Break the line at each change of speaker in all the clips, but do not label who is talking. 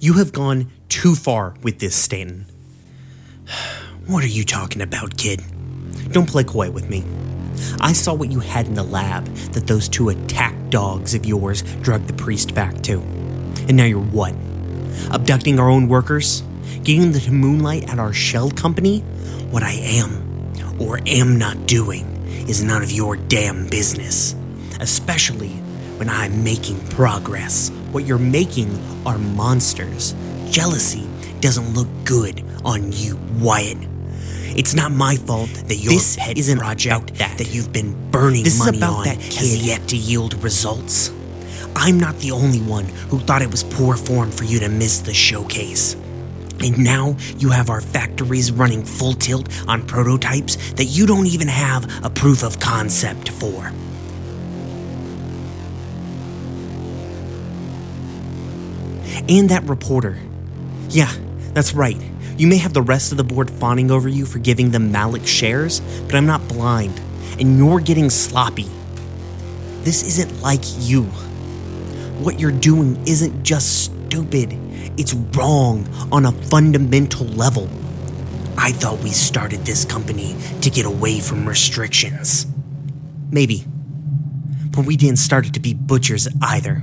You have gone too far with this, Stanton. What are you talking about, kid? Don't play coy with me. I saw what you had in the lab that those two attack dogs of yours drugged the priest back to. And now you're what? Abducting our own workers? Getting them to moonlight at our shell company? What I am, or am not doing, is none of your damn business. Especially when I'm making progress. What you're making are monsters. Jealousy doesn't look good on you, Wyatt. It's not my fault that your
This
pet
isn't
project
about that.
that you've been burning
This is
money
about
on
that
has
kid.
yet to yield results. I'm not the only one who thought it was poor form for you to miss the showcase. And now you have our factories running full tilt on prototypes that you don't even have a proof of concept for. And that reporter. Yeah, that's right. You may have the rest of the board fawning over you for giving them Malik shares, but I'm not blind, and you're getting sloppy. This isn't like you. What you're doing isn't just stupid, it's wrong on a fundamental level. I thought we started this company to get away from restrictions. Maybe. But we didn't start it to be butchers either.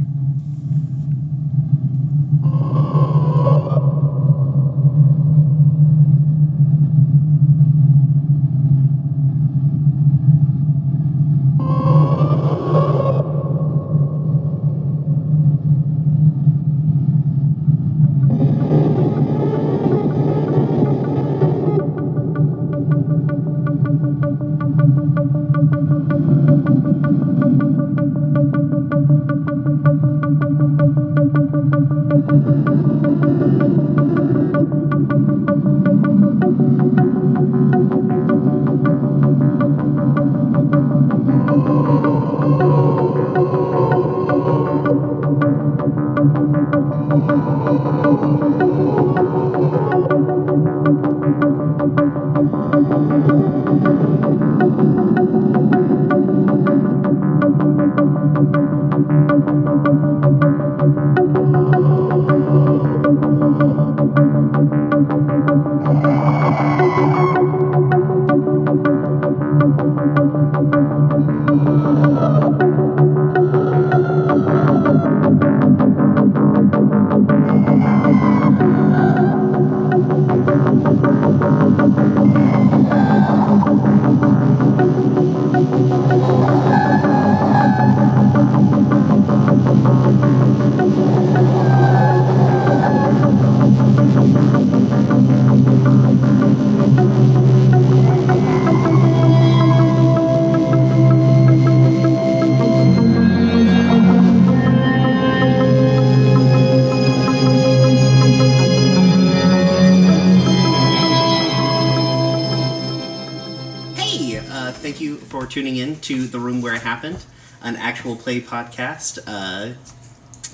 Hey, uh, thank you for tuning in to The Room Where It Happened, an actual play podcast uh,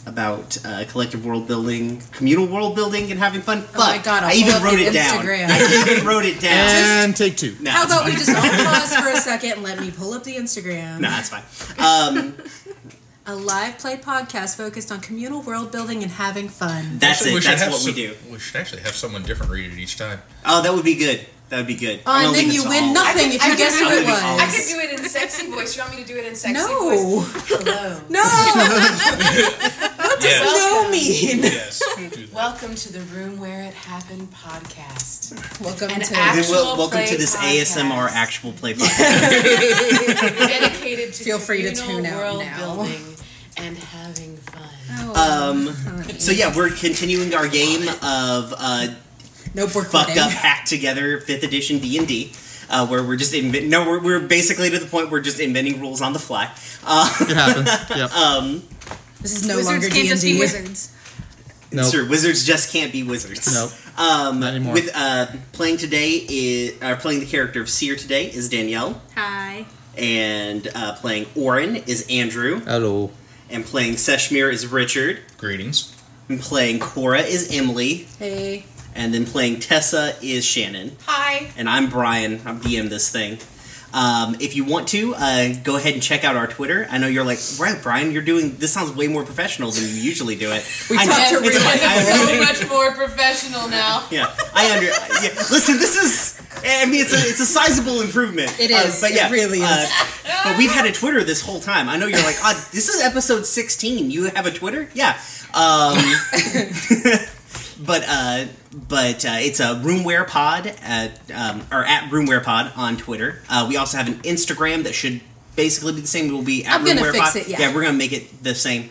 about uh, collective world building, communal world building, and having fun.
Oh my
Fuck,
God, I'll
I
pull
even
up
wrote
the
it down.
Instagram.
I even wrote it down.
And take two.
No,
How
it's
about
fine.
we just all pause for a second and let me pull up the Instagram?
No, that's fine. Um,
A live play podcast focused on communal world building and having fun.
that's
Actually,
it.
we should
That's
have
what we
some-
do.
We should actually have someone different read it each time.
Oh, that would be good. That would be good.
Oh, and
I'm gonna
then
leave it
you
to
win
all.
nothing if
I
you
could-
guess who
I
it
could-
was.
I
I could do it in sexy voice. You want me to do it in sexy voice?
no,
Hello.
no, what does
Yes.
no mean?
Yes. do that.
Welcome to the Room Where It Happened podcast.
Welcome
An
to
act-
Then wel-
Actual
welcome to
play
this
podcast.
ASMR actual play podcast.
Dedicated to
Feel free to
communal
tune out
world
now. Oh,
building and having fun.
um, so yeah, we're continuing our game of uh,
no we're
fucked
quitting.
up hacked together fifth edition d&d uh, where we're just invent- no we're, we're basically to the point we're just inventing rules on the fly
It happens. Yep.
This is no
Wizards
longer
can't
D and
just be
D.
wizards.
nope.
Sure, wizards just can't be wizards
Nope.
um,
Not anymore.
with uh, playing today is uh, playing the character of seer today is danielle
Hi.
and uh, playing Orin is Andrew,
Hello.
and playing Seshmir is Richard,
Greetings.
and playing Cora is Emily,
Hey.
and then playing Tessa is Shannon.
Hi.
and I'm Brian. I'm DM this thing. Um, if you want to, uh, go ahead and check out our Twitter. I know you're like, right, Brian, you're doing this sounds way more professional than you usually do it.
We
I
talked
know.
to Rita.
I- I-
It's so much more professional now.
yeah, I under. Yeah. Listen, this is. I mean, it's a it's a sizable improvement.
It
Uh,
is.
but
It
yeah,
really
uh,
is.
but we've had a Twitter this whole time. I know you're like, ah, this is episode 16. You have a Twitter? Yeah. Um, but uh, but uh, it's a Roomware Pod at um, or at Roomware Pod on Twitter. Uh, we also have an Instagram that should basically be the same. It will be at
I'm gonna
Roomware
fix
Pod.
it, yeah.
we're gonna make it the same.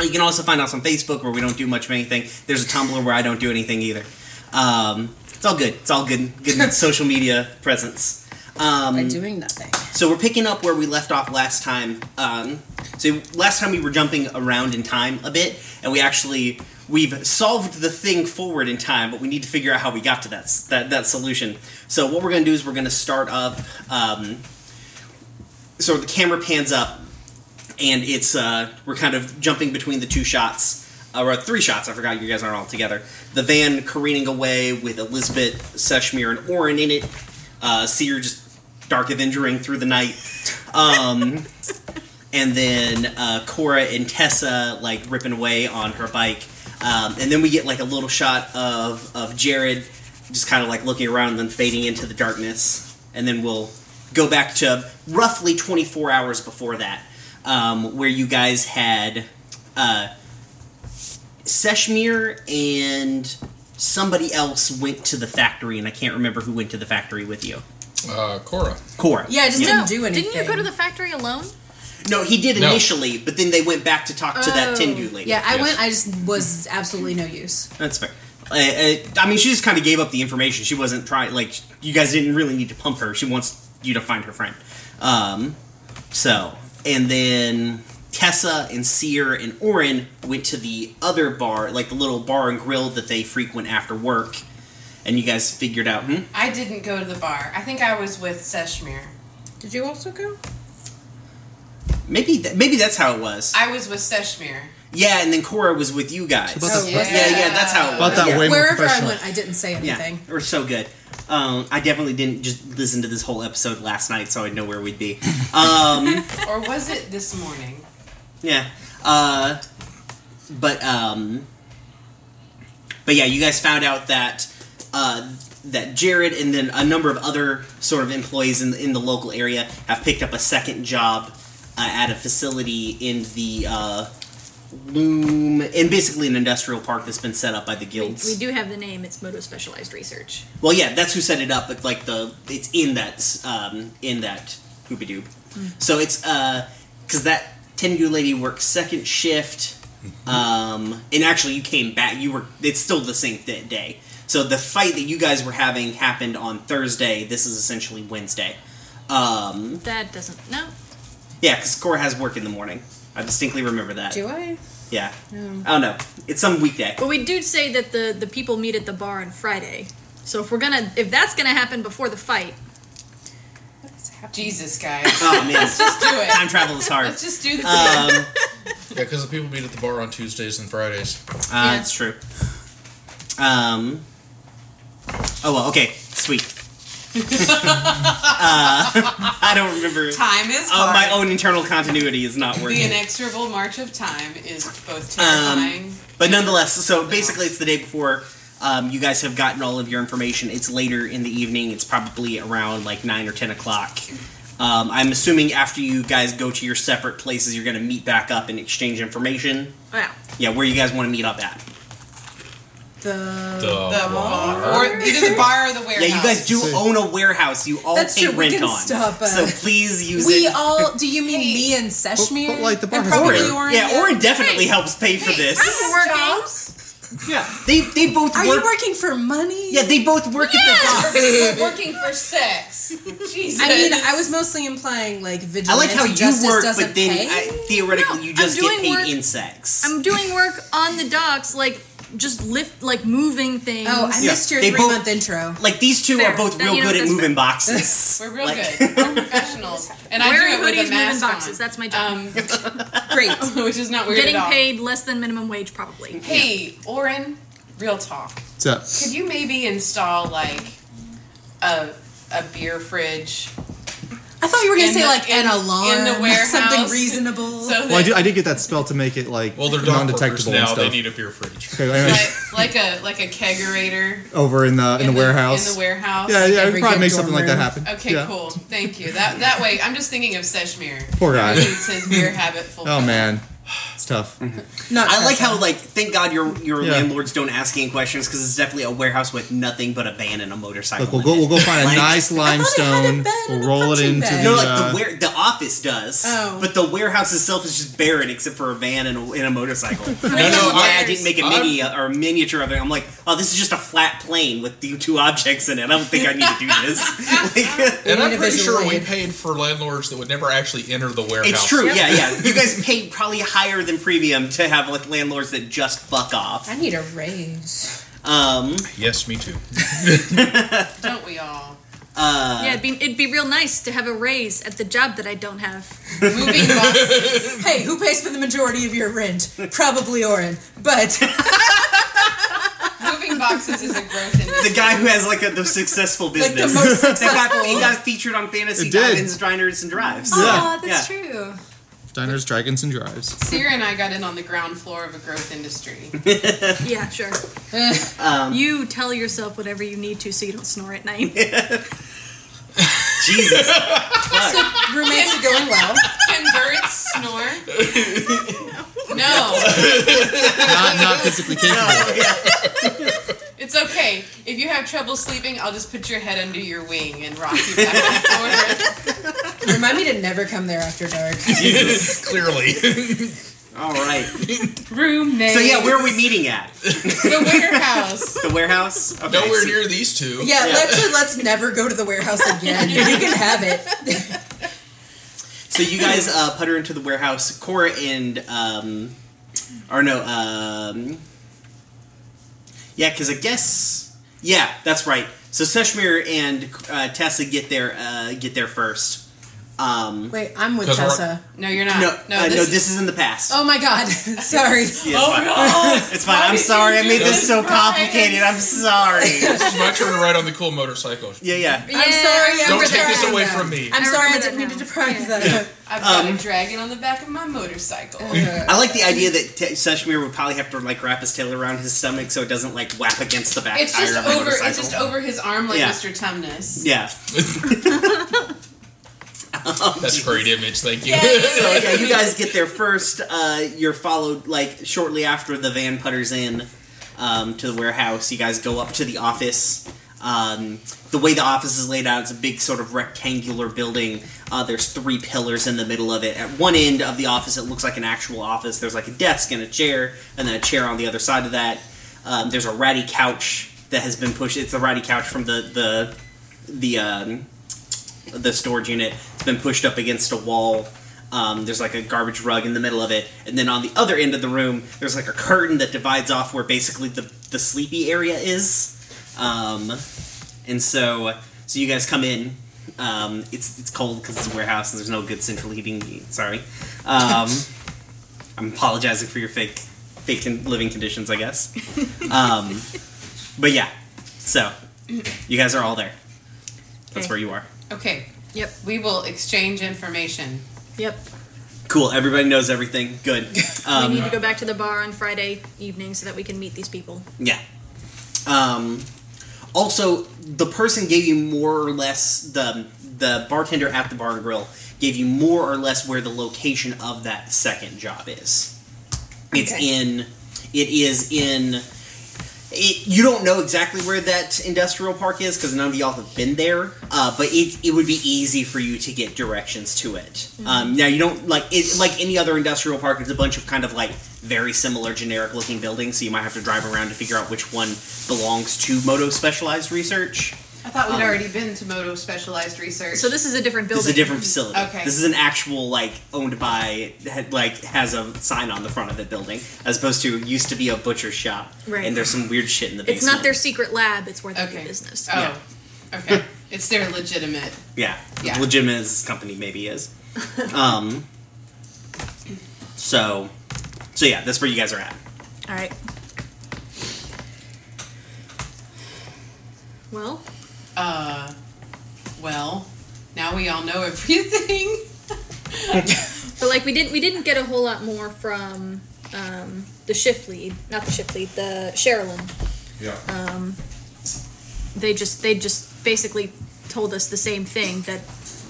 You can also find us on Facebook where we don't do much of anything. There's a Tumblr where I don't do anything either. Um, it's all good. It's all good. Good social media presence.
by doing nothing.
So we're picking up where we left off last time. Um, so last time we were jumping around in time a bit, and we actually we've solved the thing forward in time, but we need to figure out how we got to that s- that, that solution. So what we're going to do is we're going to start up. Um, so the camera pans up, and it's uh, we're kind of jumping between the two shots. uh, Or three shots. I forgot you guys aren't all together. The van careening away with Elizabeth, Seshmir, and Orin in it. Uh, Seer just dark avengering through the night. Um, and then uh, Cora and Tessa like ripping away on her bike. Um, and then we get like a little shot of of Jared just kind of like looking around and then fading into the darkness. And then we'll go back to roughly 24 hours before that, um, where you guys had uh, Seshmir and somebody else went to the factory, and I can't remember who went to the factory with you.
Uh, Cora.
Cora.
Yeah, I just
No,
didn't do anything.
Didn't you go to the factory alone?
No, he did
No.
initially, but then they went back to talk to that
Oh.
Tengu lady.
Yeah, I
Yes.
went. I just was absolutely no use.
that's fair. Uh, uh, I mean, she just kind of gave up the information. She wasn't trying. Like, you guys didn't really need to pump her. She wants you to find her friend. Um, so, and then Tessa and Seer and Orin went to the other bar, like the little bar and grill that they frequent after work. And you guys figured out, hmm?
I didn't go to the bar. I think I was with Seshmir.
Did you also go?
maybe th- maybe that's how it was.
I was with Seshmir.
yeah, and then Cora was with you guys.
about
that-
yeah, yeah, that's how it
About
was.
that
yeah.
way more
Wherever I
professional.
went, I didn't say anything.
Yeah, we're so good. Um, I definitely didn't just listen to this whole episode last night, so I'd know where we'd be. Um,
Or was it this morning?
yeah, uh, but um, but yeah, you guys found out that uh, that Jared and then a number of other sort of employees in in the local area have picked up a second job uh, at a facility in the. Uh, Loom, and basically an industrial park that's been set up by the guilds.
We do have the name. It's Moto Specialized Research.
Well, yeah, that's who set it up. But like the it's in that um, in that Hoopy Doob.
Hmm.
So it's because that Tengu lady works second shift,
Mm-hmm.
um, and actually you came back. You were it's still the same th- day. So the fight that you guys were having happened on Thursday. This is essentially Wednesday. Um,
That doesn't. No.
yeah, because Cora has work in the morning. I distinctly remember that.
Do I? Oh.
Yeah. I don't know. It's some weekday. Oh,
But we do say that the the people meet at the bar on Friday. So if we're gonna, if that's gonna happen before the fight,
Jesus, guys.
Oh man,
Let's do it.
time travel is hard.
Let's just do this.
Um,
Yeah, because the people meet at the bar on Tuesdays and Fridays.
Uh,
Yeah.
That's true. Um. Oh well. Okay. Sweet. uh, I don't remember.
time is
Uh,
hard.
my own internal continuity is not
the
working.
inexorable march of time is both
Um,
terrifying.
But nonetheless, so basically, it's the day before. Um, you guys have gotten all of your information. It's later in the evening. It's probably around like nine or ten o'clock. Um, I'm assuming after you guys go to your separate places, you're going to meet back up and exchange information.
wow.
Yeah, where you guys want to meet up at?
The
the bar. or either the bar or the warehouse.
Yeah, you guys do
So-
own a warehouse. You all
That's
pay
true, we
rent
can
on.
stop, uh,
so please use
we
it.
all. Do you mean
Hey.
me and Seshmir?
but, like, the bar
and
has
probably
water.
Orin,
yeah, Orin definitely
Hey,
helps pay for this.
I'm working.
Jobs?
Yeah, they they both
Are
work.
you working for money?
yeah, they both work at the dock.
We're working for sex. Jesus.
I mean, I was mostly implying like vigilante
I like how
justice
you work,
doesn't
but then
pay.
I, theoretically
No,
you
I'm
just get
doing
paid
work-
in sex.
I'm doing work on the docks, like just lift, like moving things.
oh, I
Yeah,
missed your
they
three
both-
month intro.
like these two
Fair.
are both
Now
real
you know
good at
that's
moving
fair.
boxes.
We're real
Like-
good. We're professionals. And I
Wearing
do it
hoodies,
with a
moving
mask
boxes.
on.
That's my job.
Great.
Um, which is not weird
Getting
at all.
paid less than minimum wage, probably.
Hey, Oren, real talk.
What's up?
Could you maybe install like a a beer fridge
I thought you were going to
In
say
the-
like an
in-
alarm,
in the warehouse.
something reasonable.
So
Well, I
that-
did, I did get that spell to make it like
Well, they're dog workers
non-detectable and
now. They
stuff.
need a beer fridge.
Okay, I mean,
but like a like a kegerator
over in the in, the, warehouse.
In the warehouse.
yeah, yeah, we
Every
could probably
good
make something
dorm
like that
room.
happen.
Okay,
Yeah.
cool. Thank you. That that way, I'm just thinking of Seshmir.
Poor guy.
Who needs his beer habit full.
Oh man, it's tough.
Not
I like
Trevor.
how like thank God your your
Yeah.
landlords don't ask any questions because it's definitely a warehouse with nothing but a van and a motorcycle.
Look, we'll
in
go.
it.
We'll go find a
Like-
nice limestone.
bed
We'll
and a
roll it
punching
into
bag.
the.
No, like
uh,
the where the office does,
Oh.
but the warehouse itself is just barren except for a van and a, and a motorcycle. no, no,
no,
I, I
I-
didn't make a
I'm-
mini uh, or a miniature of it. I'm like, oh, this is just a flat plane with the two objects in it. I don't think I need to do this. Like,
And
need
I'm
a
pretty
visual
sure we
aid.
paid for landlords that would never actually enter the warehouse.
It's true,
Yep.
yeah, yeah. You guys paid probably higher than premium to have like landlords that just fuck off.
I need a raise.
Um,
Yes, me too.
Don't we all? Uh,
yeah, it'd be, it'd be real nice to have a raise at the job that I don't have.
Moving boxes.
Hey, who pays for the majority of your rent? Probably Oren, but
Moving boxes is a growth
the
industry.
guy who has like a, the successful
like the
business.
most
that got, he
successful.
got featured on Fantasy
It did.
Diamonds, Diners, and Drives.
Oh,
Yeah.
that's true.
Diners, dragons, and drives.
Sierra and I got in on the ground floor of a growth industry.
Yeah, sure.
Um,
you tell yourself whatever you need to so you don't snore at night.
Jesus. Fuck.
Roommates are going well.
Can birds snore? No.
Not not physically capable.
It's okay. If you have trouble sleeping, I'll just put your head under your wing and rock you back and forth.
Remind me to never come there after dark.
Clearly.
All right.
Roommate.
So yeah, where are we meeting at?
The warehouse.
The warehouse? Okay,
Nowhere
so-
near these two.
Yeah, let's let's never go to the warehouse again. we can have it.
So you guys uh, putter into the warehouse. Cora and um, or no, um, yeah, because I guess yeah, that's right. So Seshmir and uh, Tessa get there uh, get there first. Um,
Wait, I'm with
'Cause we're-
Tessa.
No, you're not.
no,
Ah, No,
uh, no, this is in the past.
Oh my god. Sorry.
Yeah, it's fine. It's fine. I'm
oh, did you
sorry. I
do
made this
this,
so
Brian?
complicated. I'm sorry.
It's my turn to ride on the cool motorcycle.
yeah, yeah.
Yeah,
I'm sorry.
I
I'm
Don't
remember
take this
depriving
that.
away
them.
from me.
I'm
I
sorry. I
remember
didn't
that
mean to
now.
deprive
Yeah.
them.
I've got
um,
a dragon on the back of my motorcycle.
I like the idea that Te- Seshmir would probably have to like wrap his tail around his stomach so it doesn't like whap against the back
It's
tire
just
of the
over.
motorcycle.
It's just over his arm, like
Yeah.
Mr. Tumnus.
Yeah.
That's a great image. Thank you.
So yeah, you guys get there first. Uh, you're followed like shortly after the van putters in um, to the warehouse. You guys go up to the office. Um, the way the office is laid out, it's a big sort of rectangular building. Uh, there's three pillars in the middle of it. At one end of the office, it looks like an actual office. There's like a desk and a chair, and then a chair on the other side of that. Um, there's a ratty couch that has been pushed. It's the ratty couch from the the the um, the storage unit. It's been pushed up against a wall. Um, there's like a garbage rug in the middle of it, and then on the other end of the room, there's like a curtain that divides off where basically the the sleepy area is. Um, and so, so you guys come in. Um, it's it's cold because it's a warehouse and there's no good central heating. Sorry. Um, I'm apologizing for your fake fake con- living conditions, I guess. Um, but yeah, so you guys are all there. That's
Okay.
where you are.
Okay,
Yep,
we will exchange information.
yep.
Cool. Everybody knows everything. Good. Um,
we need to go back to the bar on Friday evening so that we can meet these people.
yeah. Um, also, the person gave you more or less the the bartender at the bar and grill gave you more or less where the location of that second job is. It's
Okay.
in. It is in. It, you don't know exactly where that industrial park is because none of y'all have been there. Uh, but it, it would be easy for you to get directions to it.
Mm-hmm.
Um, now you don't like it like any other industrial park. It's a bunch of kind of like very similar generic looking buildings, so you might have to drive around to figure out which one belongs to Moto Specialized Research.
I thought we'd already been to Moto Specialized Research.
So this is a different building.
This is a different facility.
Okay.
This is an actual like owned by had- like has a sign on the front of the building as opposed to used to be a butcher shop.
Right.
And there's some weird shit in the
It's
basement.
not their secret lab. It's where they
okay.
do business.
Oh, okay. it's their legitimate.
Yeah,
Yeah.
legitimate as this company maybe is. um, so, so yeah, that's where you guys are at.
All right. Well,
Uh, well, Now we all know everything.
But like we didn't we didn't get a whole lot more from um, the shift lead, not the shift lead, the Sherilyn.
Yeah.
They just they just basically told us the same thing that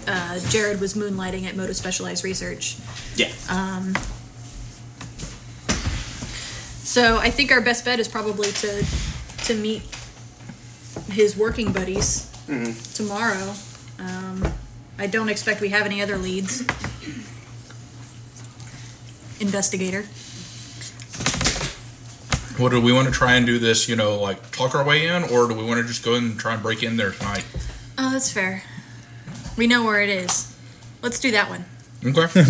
uh, Jared was moonlighting at Moto Specialized Research.
Yeah.
So I think our best bet is probably to to meet his working buddies tomorrow. Um, I don't expect we have any other leads. Investigator.
What do we want to try and do this, you know, like talk our way in, or do we want to just go in and try and break in there tonight?
Oh, that's fair. We know where it is. Let's do that one.
Okay.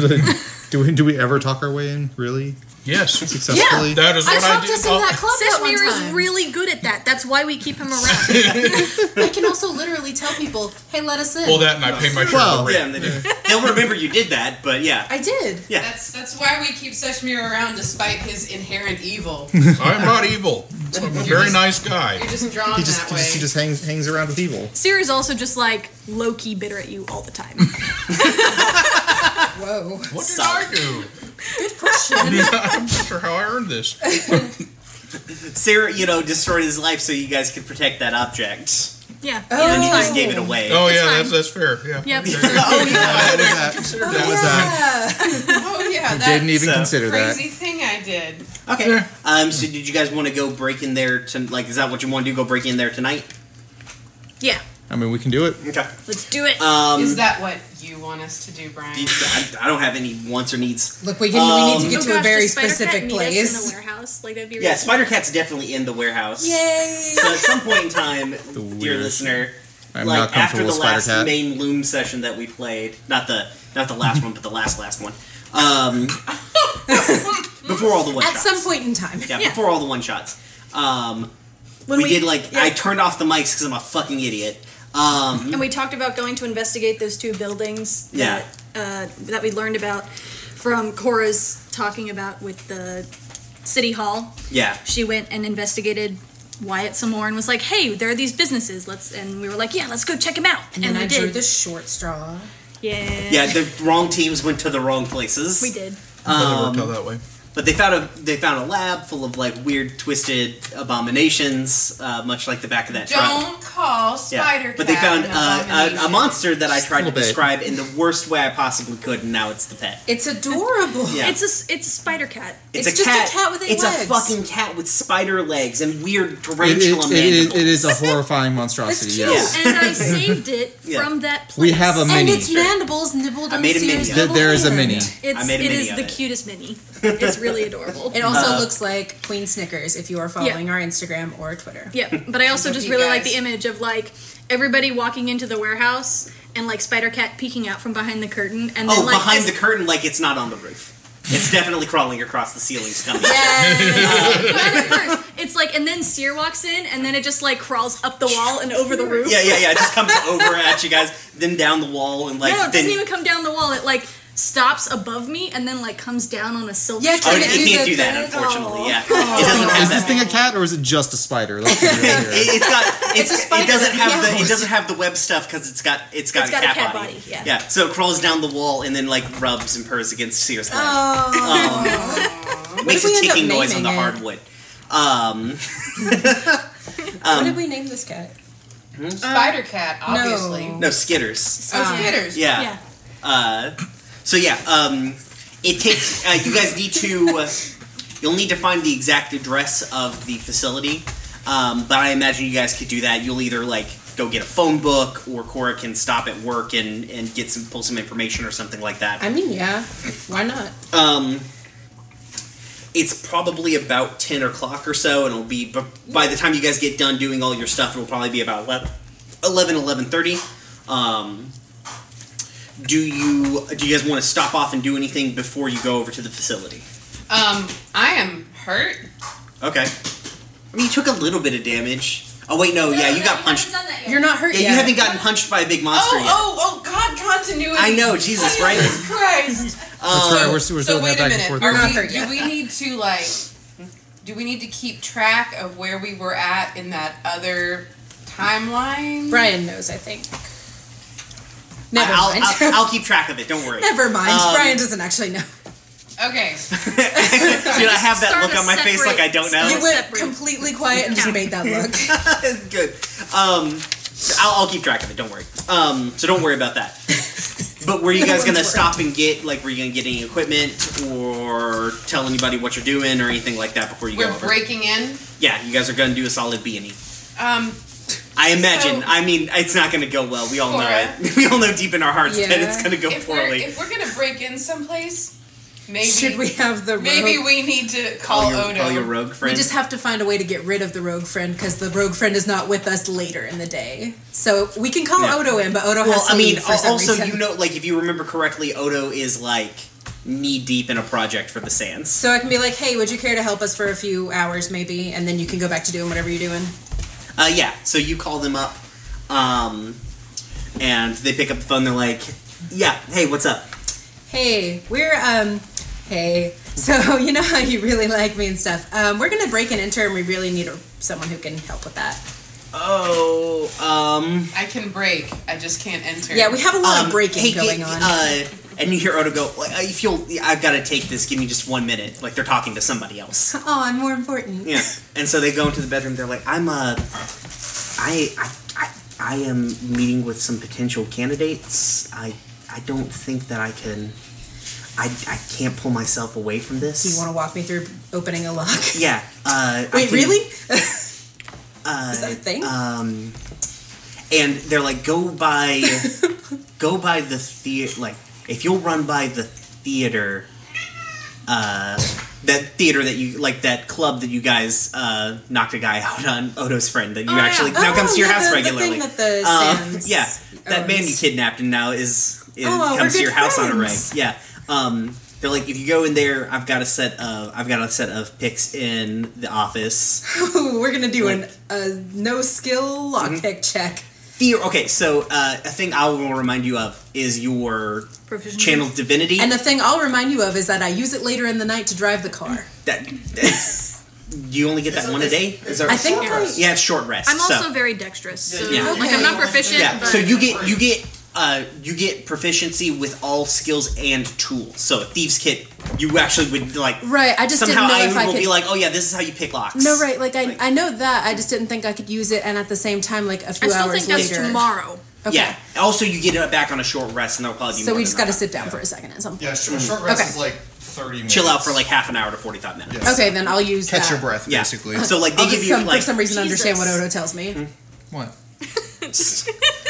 do we do we ever talk our way in really
yes.
successfully?
That is
I
what I, Oh,
talked
do.
us into that club that one
Seshmir
time.
is really good at that. That's why we keep him around.
I can also literally tell people, "Hey, let us in."
well, that and I paid my share of
Well,
the rent.
Oh, Yeah, and they do. They'll remember you did that, but yeah.
I did.
Um,
Yeah.
That's that's why we keep Seshmir around despite his inherent evil.
I'm not evil. I'm a very nice guy.
You're just drawn
He just,
that
he
way.
just he just hangs hangs around with evil.
Sierra's also just like low key bitter at you all the time.
Whoa.
What did I do? I'm not sure how I earned this.
Sarah, you know, destroyed his life so you guys could protect that object.
Yeah.
And he
yeah,
just
that's fine.
gave it away.
Oh yeah,
fine.
that's that's fair. Yeah.
Yep.
Okay.
That was that. That was that.
oh yeah, that
Didn't even
So-
consider that.
crazy thing I did.
Okay.
Yeah.
Um. So, did you guys want to go break in there? To like, is that what you want to do? Go break in there tonight?
Yeah.
I mean, we can do it.
Okay.
Let's do it.
Um.
Is that what you want us to do, Brian?
you- I, I don't have any wants or needs.
Look, we, can,
Uh,
we need to
Oh
get to
gosh,
a very
does Spider-Cat
specific
meet Us
place.
in a warehouse? Like that'd be
Yeah,
really-
Spider Cat's definitely in the warehouse.
Yay.
So at some point in time, dear
weird-
listener,
I'm
like
not
after
comfortable
the
with
last
Spider Cat.
main loom session that we played, not the not the last one, but the last last one. Um, before all the one
At
shots.
some point in time.
yeah,
yeah.
before all the one shots. Um,
When
we,
we-
did like
yeah.
I turned off the mics because I'm a fucking idiot. Um,
And we talked about going to investigate those two buildings
Yeah.
that, uh, that we learned about from Cora's talking about with the city hall.
yeah,
She went and investigated Wyatt some more and was like, "Hey, there are these businesses. Let's." And we were like, "Yeah, let's go check them out."
And then
we
I
did.
drew the short straw.
yeah.
yeah. The wrong teams went to the wrong places.
We did.
Well,
Um,
it worked out that way.
But they found a they found a lab full of like weird, twisted abominations, uh, much like the back of that truck.
Don't call Spider Cat.
But they found
an
uh, a, a
abomination.
monster that I tried to
Little bit.
describe in the worst way I possibly could, and now it's the pet.
It's adorable.
Yeah.
It's a s- it's a spider cat.
it's just a cat with eight
It's
legs.
a fucking cat with spider legs and weird
It, it,
tarantula
it, is,
mandibles.
it is a horrifying monstrosity.
It's cute.
Yes.
and I saved it
Yeah.
from that place.
We have a
And
mini.
its mandibles nibbled
I
on
made a
Sears'
mini.
Th-
little
there is a
hand.
mini.
It's
I made a
it
mini
is
of
the
it.
cutest mini. It's really adorable.
It also looks like Queen Snickers if you are following
Yeah.
our Instagram or Twitter.
Yeah, but I also
Look
just
at
really
you
like
guys.
the image of like everybody walking into the warehouse and like Spider Cat peeking out from behind the curtain and then
oh,
like
behind
this-
the curtain, like it's not on the roof. It's definitely crawling across the ceiling. to come in.
not at first. It's like and then Sear walks in and then it just like crawls up the wall and over the roof.
Yeah, yeah, yeah. It just comes over at you guys, then down the wall, and like
no, it
then
doesn't even come down the wall. It like stops above me and then like comes down on a silk.
Yeah,
Oh,
can
it
it Oh. do
can't
the
do that,
thing?
unfortunately.
Aw.
Yeah, it doesn't have
Is this
that.
thing a cat or is it just a spider? Let's be real
It,
here.
it's got. It's,
a spider
It doesn't
that
have the. It
meows.
doesn't have the web stuff because it's got. It's got, a,
It's got
cat body.
Yeah.
Yeah. So it crawls down the wall and then like rubs and purrs against Sears. leg.
Oh.
It makes
if
a
we end up
ticking noise on the
naming it?
hardwood. Um,
what did we name this cat?
Spider Cat, obviously.
No.
no skitters.
Oh, Skitters.
Yeah.
Yeah.
Uh, so yeah, um, it takes. Uh, you guys need to. Uh, you'll need to find the exact address of the facility, um, but I imagine you guys could do that. You'll either like go get a phone book, or Cora can stop at work and and get some pull some information or something like that.
I mean, yeah. Why not?
Um, it's probably about 10 o'clock or so, and it'll be, b- by the time you guys get done doing all your stuff, it'll probably be about 11, 11 11.30. Um, do you, do you guys want to stop off and do anything before you go over to the facility?
Um, I am hurt.
Okay. I mean, you took a little bit of damage. Oh, wait, no, yeah, you got punched.
You're not hurt
Yeah,
yet.
you haven't gotten punched by a big monster
Oh,
yet.
oh, oh, God, continuity.
I know, Jesus, right?
Jesus Christ.
That's
Um,
right. We're, we're
so
doing
wait
that
a
back
minute.
and forth.
Are
not
we-
hurt
do
yet.
we need to like? Do we need to keep track of where we were at in that other timeline?
Brian knows, I think. Never
I'll,
mind.
I'll, I'll keep track of it. Don't worry.
Never mind. Brian doesn't actually know.
Okay.
Did I have that
Start
look
a
on my face
separate-
like I don't know?
You went
separate.
completely quiet and just
Yeah.
made that look.
Good. Um, I'll, I'll keep track of it. Don't worry. Um, so don't worry about that. But were you guys gonna
Everyone's
stop and get like were you gonna get any equipment or tell anybody what you're doing or anything like that before you go
We're
over?
breaking in.
Yeah, you guys are gonna do a solid B and E.
Um,
I imagine.
So-
I mean, it's not gonna go well. We all
Cora?
know it. We all know deep in our hearts that
Yeah.
it's gonna go
if we're
poorly.
if we're gonna break in someplace, maybe
Should we have the rogue?
Maybe we need to call
call, your,
Odo.
call your rogue
We
friend.
just have to find a way to get rid of the rogue friend because the rogue friend is not with us later in the day. So we can call
Yeah.
Odo in, but Odo
well,
has to
I mean,
leave for some
also
reason.
you know, like if you remember correctly, Odo is like knee deep in a project for the Sands.
So I can be like, hey, would you care to help us for a few hours maybe? And then you can go back to doing whatever you're doing.
Uh, yeah, so you call them up, um, and they pick up the phone. They're like, "Yeah, hey, what's up?"
Hey, we're, um, hey. So you know how you really like me and stuff. Um, we're going to break and enter and we really need a, someone who can help with that.
Oh, um,
I can break. I just can't enter.
Yeah, we have a lot
um,
of breaking
hey,
going
hey,
on.
Uh, and you hear Odo go, "Like, uh, "If you'll, I've got to take this. Give me just one minute." Like they're talking to somebody else.
oh, I'm more important.
Yeah. And so they go into the bedroom. They're like, "I'm uh, I, I, I, I am meeting with some potential candidates. I, I don't think that I can. I, I can't pull myself away from this.
Do you want to walk me through opening a lock?
Yeah. Uh, I
Wait,
can-
really?
Uh,
Is that a thing?
Um, and they're like, go by, go by the theater. Like, if you'll run by the theater, uh, that theater that you like, that club that you guys uh, knocked a guy out on, Odo's friend that you
Oh, yeah.
actually now comes to your
yeah,
house
the-
regularly.
The thing that the
Uh,
Sands
yeah, that man you
owns.
kidnapped and now is, is
Oh, we're
comes to
good
your house on a reg.
friends.
Yeah. Um, they're like, if you go in there, I've got a set of I've got a set of picks in the office.
Ooh, we're gonna do
Like- Mm-hmm.
an, a no skill lockpick check.
Fear. Okay, so uh, a thing I will remind you of is your
Proficiency.
channel divinity.
And the thing I'll remind you of is that I use it later in the night to drive the car.
that, that- you only get that one a day. Is that
I think I-
Yeah, it's short rest.
I'm also
so.
very dexterous. So
Yeah.
like I'm not
Okay.
proficient,
yeah.
but
So you get you get uh, you get proficiency with all skills and tools. So a thieves kit, you actually would like
Right. I just
somehow
didn't know
I
if I
will
could.
be like, oh yeah, this is how you pick locks.
no, right. Like I, I know that. I just didn't think I could use it. And at the same time, like a
I
few
still
hours
think that's
later.
tomorrow.
Okay.
Yeah. Also, you get it back on a short rest, and that'll probably be
So
more
we
than
just got to
that.
sit down for a second at some point.
Yeah, short, short rest
Okay.
is like 30 minutes.
chill out for like half an hour to forty five minutes.
Yeah.
Okay, then I'll use
Catch
that.
your breath,
Yeah.
basically.
So like they
I'll
give
just
you
some,
like Mm-hmm.
for some reason understand what
Jesus.
Odo tells me.
What?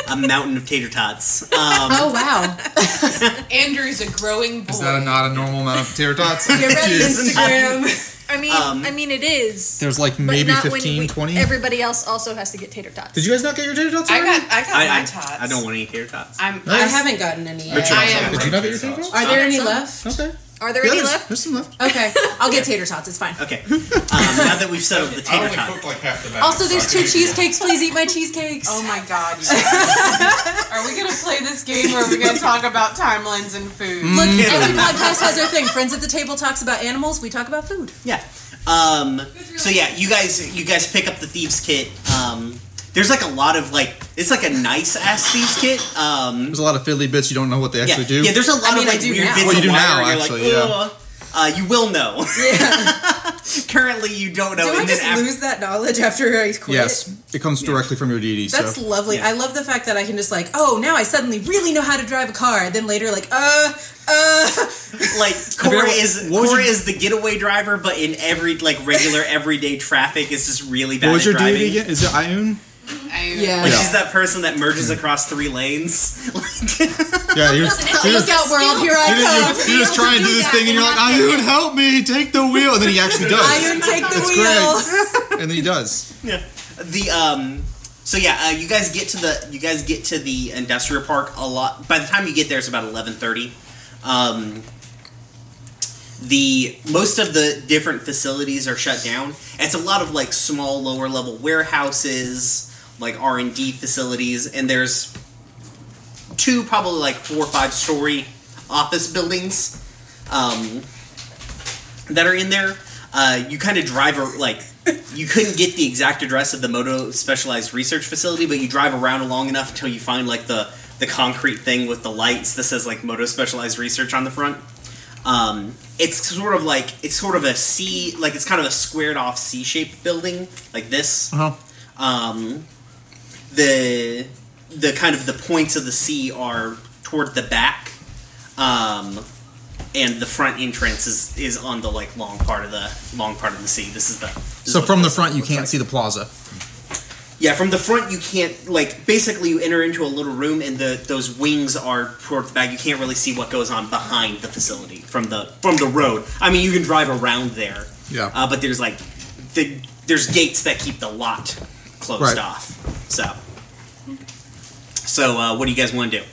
a mountain of tater tots.
Oh wow!
Andrew's a growing boy.
Is that a, not a normal amount of tater tots?
Get ready,
Jeez.
Instagram.
I mean, I mean it is.
Um, There's like
but
maybe
not
15,
when we,
20.
Everybody else also has to get tater tots.
Did you guys not get your tater tots?
I
already?
got I got
I,
my
I,
tots.
I don't want any tater tots.
I'm.
I
Nice.
haven't gotten any yet.
I am.
Did you not get your tater tots?
Are there any
Some.
left?
Okay.
Are there
Yeah,
any
there's,
left?
there's some left.
Okay, I'll get tater tots. It's fine.
Okay. Um, now that we've settled the
I
tater
only cooked
tot,
like half the bag.
Also, there's
so I
two
can-
cheesecakes. Please eat my cheesecakes.
Oh my god! you guys. are we gonna play this game or are we gonna talk about timelines and food?
Look,
Mm.
every podcast has their thing. Friends at the table talks about animals. We talk about food.
yeah. Um, so yeah, you guys, you guys pick up the thieves kit. Um, there's like a lot of like, it's like a nice ass thieves kit. Um,
There's a lot of fiddly bits you don't know what they
yeah,
actually do.
yeah. There's a lot
I mean,
of
I
like
do
weird
now.
bits
Well,
you
of
do
wire.
now,
where you're
actually, yeah.
like, "Ugh." uh, you will know. Currently, you don't know.
Do I
and then
just
after-
lose that knowledge after I quit?
yes, it comes directly from your DD.
That's
so
lovely.
Yeah.
I love the fact that I can just like, oh, now I suddenly really know how to drive a car. And then later, like, uh, uh.
like Cora
ever-
is
what was
Cora
your-
is the getaway driver, but in every like regular everyday traffic, is just really bad.
what was
at
your
driving.
deity again? Is it Ioun?
I,
Yeah.
Like
Yeah.
she's that person that merges across three lanes. Like,
Yeah, you're, you're
Look
just,
out, world! Here
you're
I
just,
come.
you're just trying to do this thing, and you're like, Ioun, help me, take the wheel, and then he actually does.
Iron, take the
It's
wheel.
great, and then he does.
yeah. The um. So yeah, uh, you guys get to the you guys get to the industrial park a lot. By the time you get there, it's about eleven thirty. Um, the most of the different facilities are shut down. It's a lot of like small lower level warehouses, like R and D facilities, and there's two probably like four or five story office buildings um, that are in there. Uh, you kind of drive a, like you couldn't get the exact address of the Moto Specialized Research Facility, but you drive around long enough until you find like the the concrete thing with the lights that says like Moto Specialized Research on the front. Um, it's sort of like it's sort of a C, like it's kind of a squared off C-shaped building like this.
Uh-huh.
Um, the the kind of the points of the C are toward the back, um, and the front entrance is is on the like long part of the long part of the C. This is the this is
So
what
from the
this
front, you
looks
can't
like.
see the plaza.
Yeah, from the front you can't like basically you enter into a little room and the those wings are toward the back. You can't really see what goes on behind the facility from the from the road. I mean, you can drive around there.
Yeah.
Uh, but there's like the, there's gates that keep the lot closed
Right.
off. So so uh, what do you guys want to do?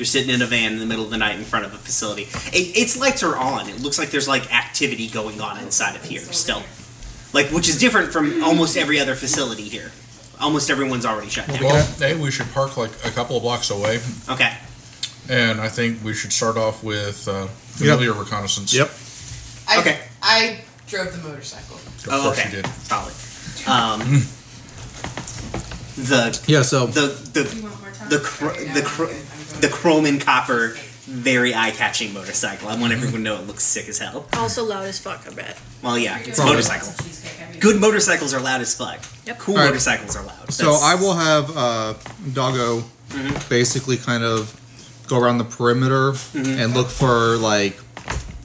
You're sitting in a van in the middle of the night in front of a facility. It, its lights are on. It looks like there's like activity going on inside of here still, like which is different from almost every other facility here. Almost everyone's already shut down.
Well, hey, we should park like a couple of blocks away,
Okay.
and I think we should start off with uh, familiar reconnaissance.
Yep.
I,
Okay.
I drove the motorcycle.
Of
Oh,
course
okay.
you did.
Solid. Um, the
Yeah. So
the the the cr- the cr- the chrome and copper, very eye catching motorcycle. I want everyone to know it looks sick as hell.
Also loud as fuck, I bet.
Well, yeah, it's a
Probably.
motorcycle. Good motorcycles are loud as fuck.
Yep.
Cool
All right.
motorcycles are loud.
So
That's-
I will have uh, Doggo
Mm-hmm.
basically kind of go around the perimeter
Mm-hmm.
and look for like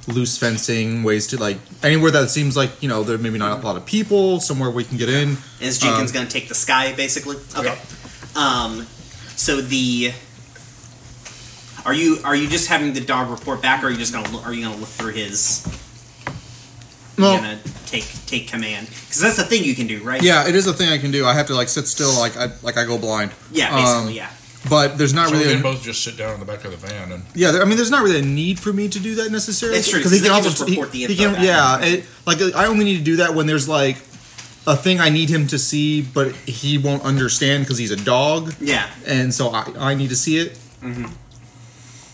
loose fencing, ways to like anywhere that seems like you know there maybe not a lot of people, somewhere we can get in.
Is
Um,
Jenkins going to take the sky, basically? Okay. Um, so the are you are you just having the dog report back, or are you just going to are you going to look through his?
Well,
you going to take take command because that's the thing you can do, right?
yeah, it is a thing I can do. I have to like sit still, like I like I go blind.
Yeah.
Um,
Basically, yeah.
But there's not
So we
really.
can
A,
both just sit down in the back of the van and
yeah, there, I mean, there's not really a need for me to do that necessarily.
It's true,
he
'cause
can
they can
also
just
he-
report the
he
info
can-
back.
yeah, it, like I only need to do that when there's like a thing I need him to see, but he won't understand because he's a dog.
Yeah.
and so I, I need to see it.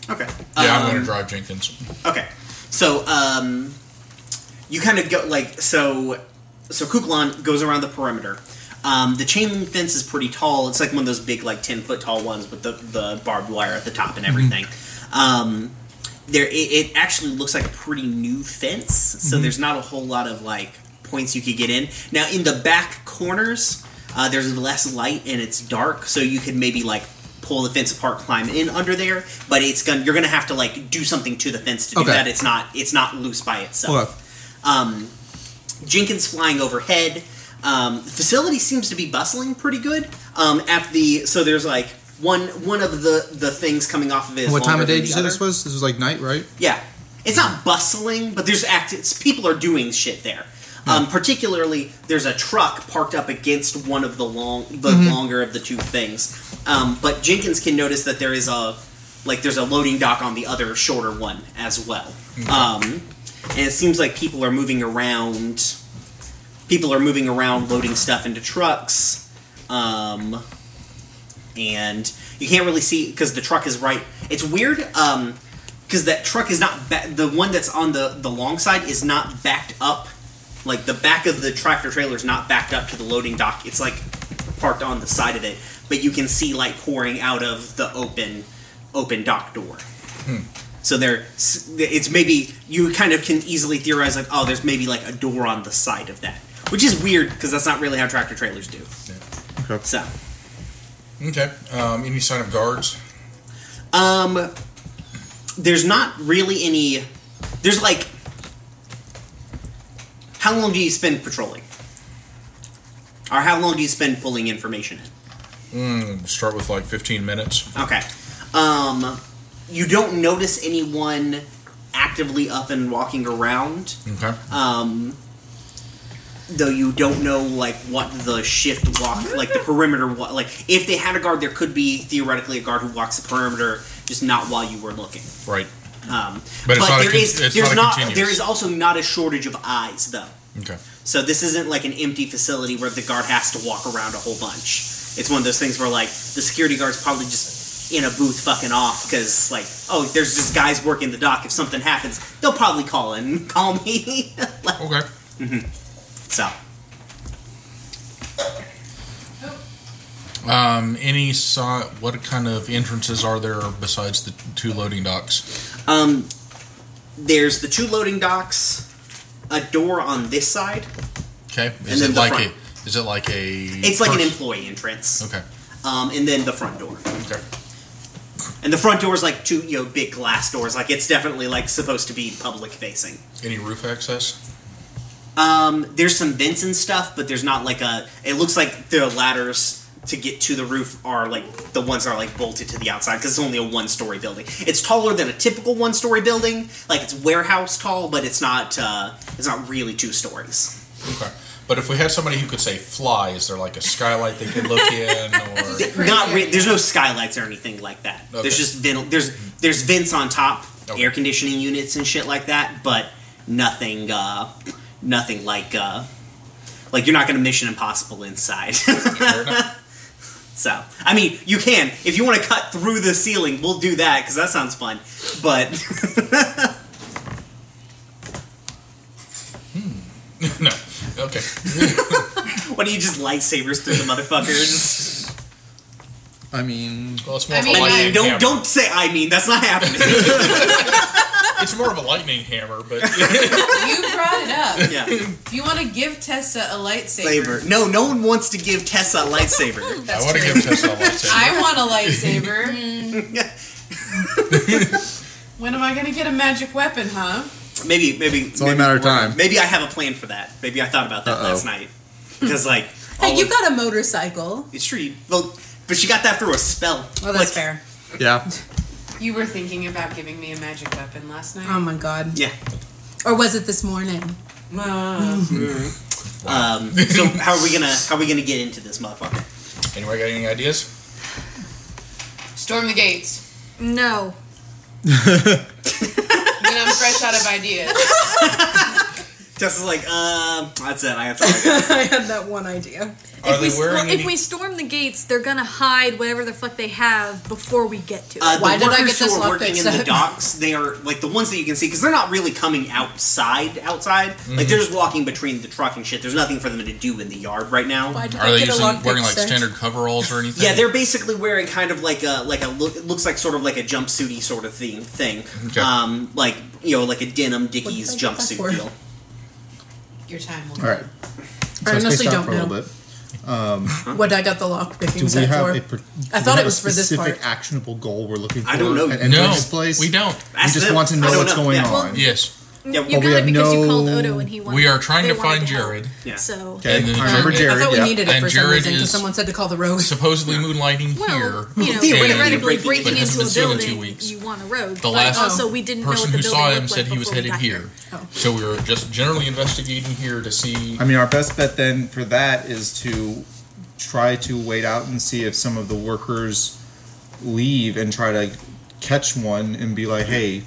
Okay.
yeah, I'm
Um,
going to drive Jenkins.
Okay. So, um, you kind of go like so. So Kukulon goes around the perimeter. Um, the chain link fence is pretty tall. It's like one of those big, like ten foot tall ones with the, the barbed wire at the top and everything. Um, there, it, it actually looks like a pretty new fence. So there's not a whole lot of like points you could get in. Now in the back corners, uh, there's less light and it's dark, so you could maybe like pull the fence apart, climb in under there. But it's gonna you're gonna have to like do something to the fence to do
Okay.
that. It's not it's not loose by itself.
Okay.
Um, Jenkins flying overhead. Um, the facility seems to be bustling pretty good. Um, at the so there's like one one of the the things coming off of it. Is
what time
longer
of day
than
did
the
you say
other.
this was? This was like night, right?
Yeah, it's not bustling, but there's act. It's, people are doing shit there. Um, particularly, there's a truck parked up against one of the long, the longer of the two things. Um, but Jenkins can notice that there is a, like, there's a loading dock on the other shorter one as well. Um, and it seems like people are moving around. People are moving around, loading stuff into trucks. Um, and you can't really see because the truck is right. It's weird because that truck is not ba- the one that's on the the long side is not backed up. Like the back of the tractor trailer is not backed up to the loading dock. It's like parked on the side of it, but you can see light pouring out of the open open dock door. So there, s- it's maybe you kind of can easily theorize like, oh, there's maybe like a door on the side of that, which is weird because that's not really how tractor trailers do.
Okay.
So.
Okay. Um, any sign of guards?
Um, there's not really any. There's like, how long do you spend patrolling, or how long do you spend pulling information in?
We'll start with like 15 minutes.
Okay. Um, you don't notice anyone actively up and walking around,
Okay.
um, though you don't know like what the shift walk, like the perimeter, wa- like if they had a guard, there could be theoretically a guard who walks the perimeter, just not while you were looking.
right.
Um, but
But it's not a
there
con-
is-
it's
there's
not a
not,
continuous.
there is also not a shortage of eyes though.
Okay.
So this isn't like an empty facility where the guard has to walk around a whole bunch. It's one of those things where like the security guard's probably just in a booth fucking off because like oh there's just guys working the dock. If something happens, they'll probably call in call me. Like,
Okay.
so
Um, any si- what kind of entrances are there besides the two loading docks?
Um, there's the two loading docks, a door on this side.
Okay,
And
is
then
it
the
like
front.
a is it like a?
It's like an
pers-
employee entrance.
Okay.
Um, and then the front door.
Okay.
And the front door is like two, you know, big glass doors. Like it's definitely like supposed to be public facing.
Any roof access?
Um, there's some vents and stuff, but there's not like a. It looks like the ladders to get to the roof are like the ones that are like bolted to the outside because it's only a one story building. It's taller than a typical one story building. Like it's warehouse tall, but it's not. Uh, it's not really two stories.
Okay. But if we had somebody who could say fly, is there like a skylight they could look in, or
Not re- there's no skylights or anything like that.
Okay.
There's just vent- there's there's vents on top,
Okay.
air conditioning units and shit like that, but nothing uh nothing like uh like you're not going to mission impossible inside.
Fair enough.
so, I mean, you can if you want to cut through the ceiling, we'll do that cuz that sounds fun. But
no? Okay.
what do you just lightsabers through the motherfuckers?
I mean,
Well, it's more
I
of a
mean, I-
lightning
don't
hammer.
don't say I mean, that's not happening.
It's more of a lightning hammer, but
You brought it up.
yeah.
You want to give Tessa a lightsaber.
Saber. No, no one wants to give Tessa a lightsaber.
I want to give Tessa a lightsaber.
I want a
Mm.
lightsaber. when am I going to get a magic weapon, huh?
Maybe maybe
it's only a matter of time.
Maybe I have a plan for that. Maybe I thought about that
Uh-oh.
last night. Because like, all
Hey, you
of-
got a motorcycle.
it's true. you- Well, but she got that through a spell.
Well, that's
Like,
fair.
Yeah.
Oh, You were thinking about giving me a magic weapon last night.
Oh my god.
Yeah.
Or was it this morning?
Uh,
Um, so how are we gonna how are we gonna get into this motherfucker?
Anybody got any ideas?
storm the gates.
No.
When I'm fresh out of ideas.
Tessa's like, um, that's it. I got something.
I had that one idea.
Are
if we,
they wearing
well,
any?
if we storm the gates, they're gonna hide whatever the fuck they have before we get to it.
Uh,
Why
the
did I
workers
get this
who are
lock
working in
fixed
the
up?
docks, they are like the ones that you can see because they're not really coming outside. Outside,
Mm-hmm.
like they're just walking between the truck and shit. There's nothing for them to do in the yard right now.
Why did
Are
I
they
get a
using,
lock
wearing like
fixed?
standard coveralls or anything?
Yeah, they're basically wearing kind of like a like a look. It looks like sort of like a jumpsuity sort of thing thing.
Okay.
Um, like you know, like a denim Dickies
What did I get that
jumpsuit
for?
deal.
Your time will
All right.
I
it's
honestly
spaced out
don't
for a little
know
bit.
what I got the lock
Do
picking
we
set
have
for.
a? per- do
I
we
thought
have
it was
a
for this
specific
part.
actionable goal we're looking for.
I don't know.
At
no,
this place.
we don't.
We
Ask
just
them.
want to
I
know
don't
what's going
Yeah.
on.
Yes,
Yeah,
you
we
got
have
it because you
no-
called Odo and he wanted.
we are trying
they
to
wanted
find
help.
Jared.
Yeah.
So
Okay,
And then
I remember
Jared-
I
Jared.
thought
yeah.
we needed it
And
for some
Jared
reason
is-
because someone said to call the road.
Supposedly moonlighting
well,
here.
you know,
Theoretically,
theoretically
breaking
breaking
into
into
it.
a
It's been two
building,
weeks.
you want a road.
The
but
last
also we
The
didn't know what
person
the
who
building
saw
looked
him
like
said he was
before we
headed
got Oh.
here. So we were just generally investigating here to see.
I mean, our best bet then for that is to try to wait out and see if some of the workers leave and try to catch one and be like, "Hey,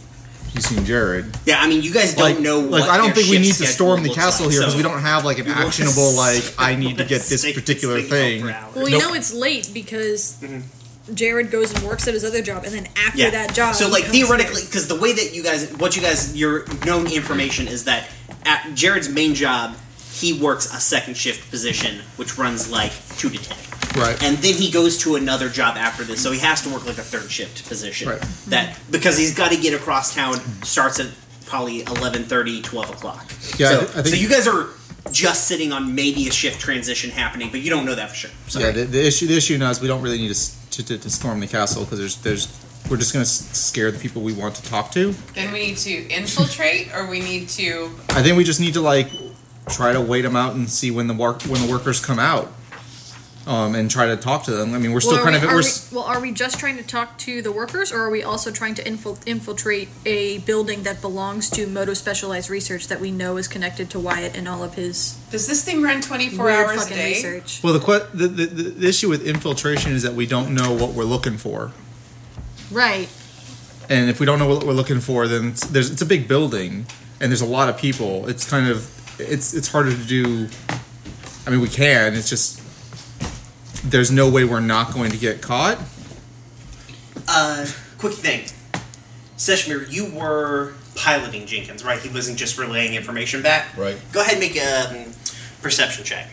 you seen Jared?"
Yeah, I mean, you guys don't
Like,
know.
like
what
I don't
their
think we
shift
need to
schedule
storm the
looks
castle
like,
here because
so
we don't have like an
wanna
actionable like
stick-
I need to get
stick
this
this
particular
thing out
thing.
for hours.
Well, we
Nope.
know it's late because
Mm-hmm.
Jared goes and works at his other job, and then after
Yeah.
that job,
So
he
like
comes here.
theoretically, because the way that you guys, what you guys, your known information is that at Jared's main job, he works a second shift position, which runs like two to ten.
Right.
And then he goes to another job after this, so he has to work like a third shift position.
Right.
That because he's got to get across town. Starts at probably 11.30, 12 o'clock.
Yeah, I
So,
thi- I think-
so you guys are just sitting on maybe a shift transition happening, but you don't know that for sure. So
Yeah, the, the issue the issue now is we don't really need to s- to, to, to storm the castle because there's there's we're just gonna s- scare the people we want to talk to.
Then we need to infiltrate, or we need to.
I think we just need to like try to wait them out and see when the work when the workers come out, um, and try to talk to them. I mean, we're still
Well, are
kind
we-
of
are
we're
we-
s-
well, are we just trying to talk to the workers, or are we also trying to infil- infiltrate a building that belongs to Moto Specialized Research that we know is connected to Wyatt and all of his
Does this thing run 24
weird
hours a
fucking
day?
research?
well. The, que- the, the the the issue with infiltration is that we don't know what we're looking for,
Right.
and if we don't know what we're looking for, then it's, there's it's a big building and there's a lot of people. It's kind of it's it's harder to do. I mean, we can. It's just there's no way we're not going to get caught.
Uh, quick thing. Seshmir, you were piloting Jenkins, right? He wasn't just relaying information back.
Right.
Go ahead and make a um, perception check.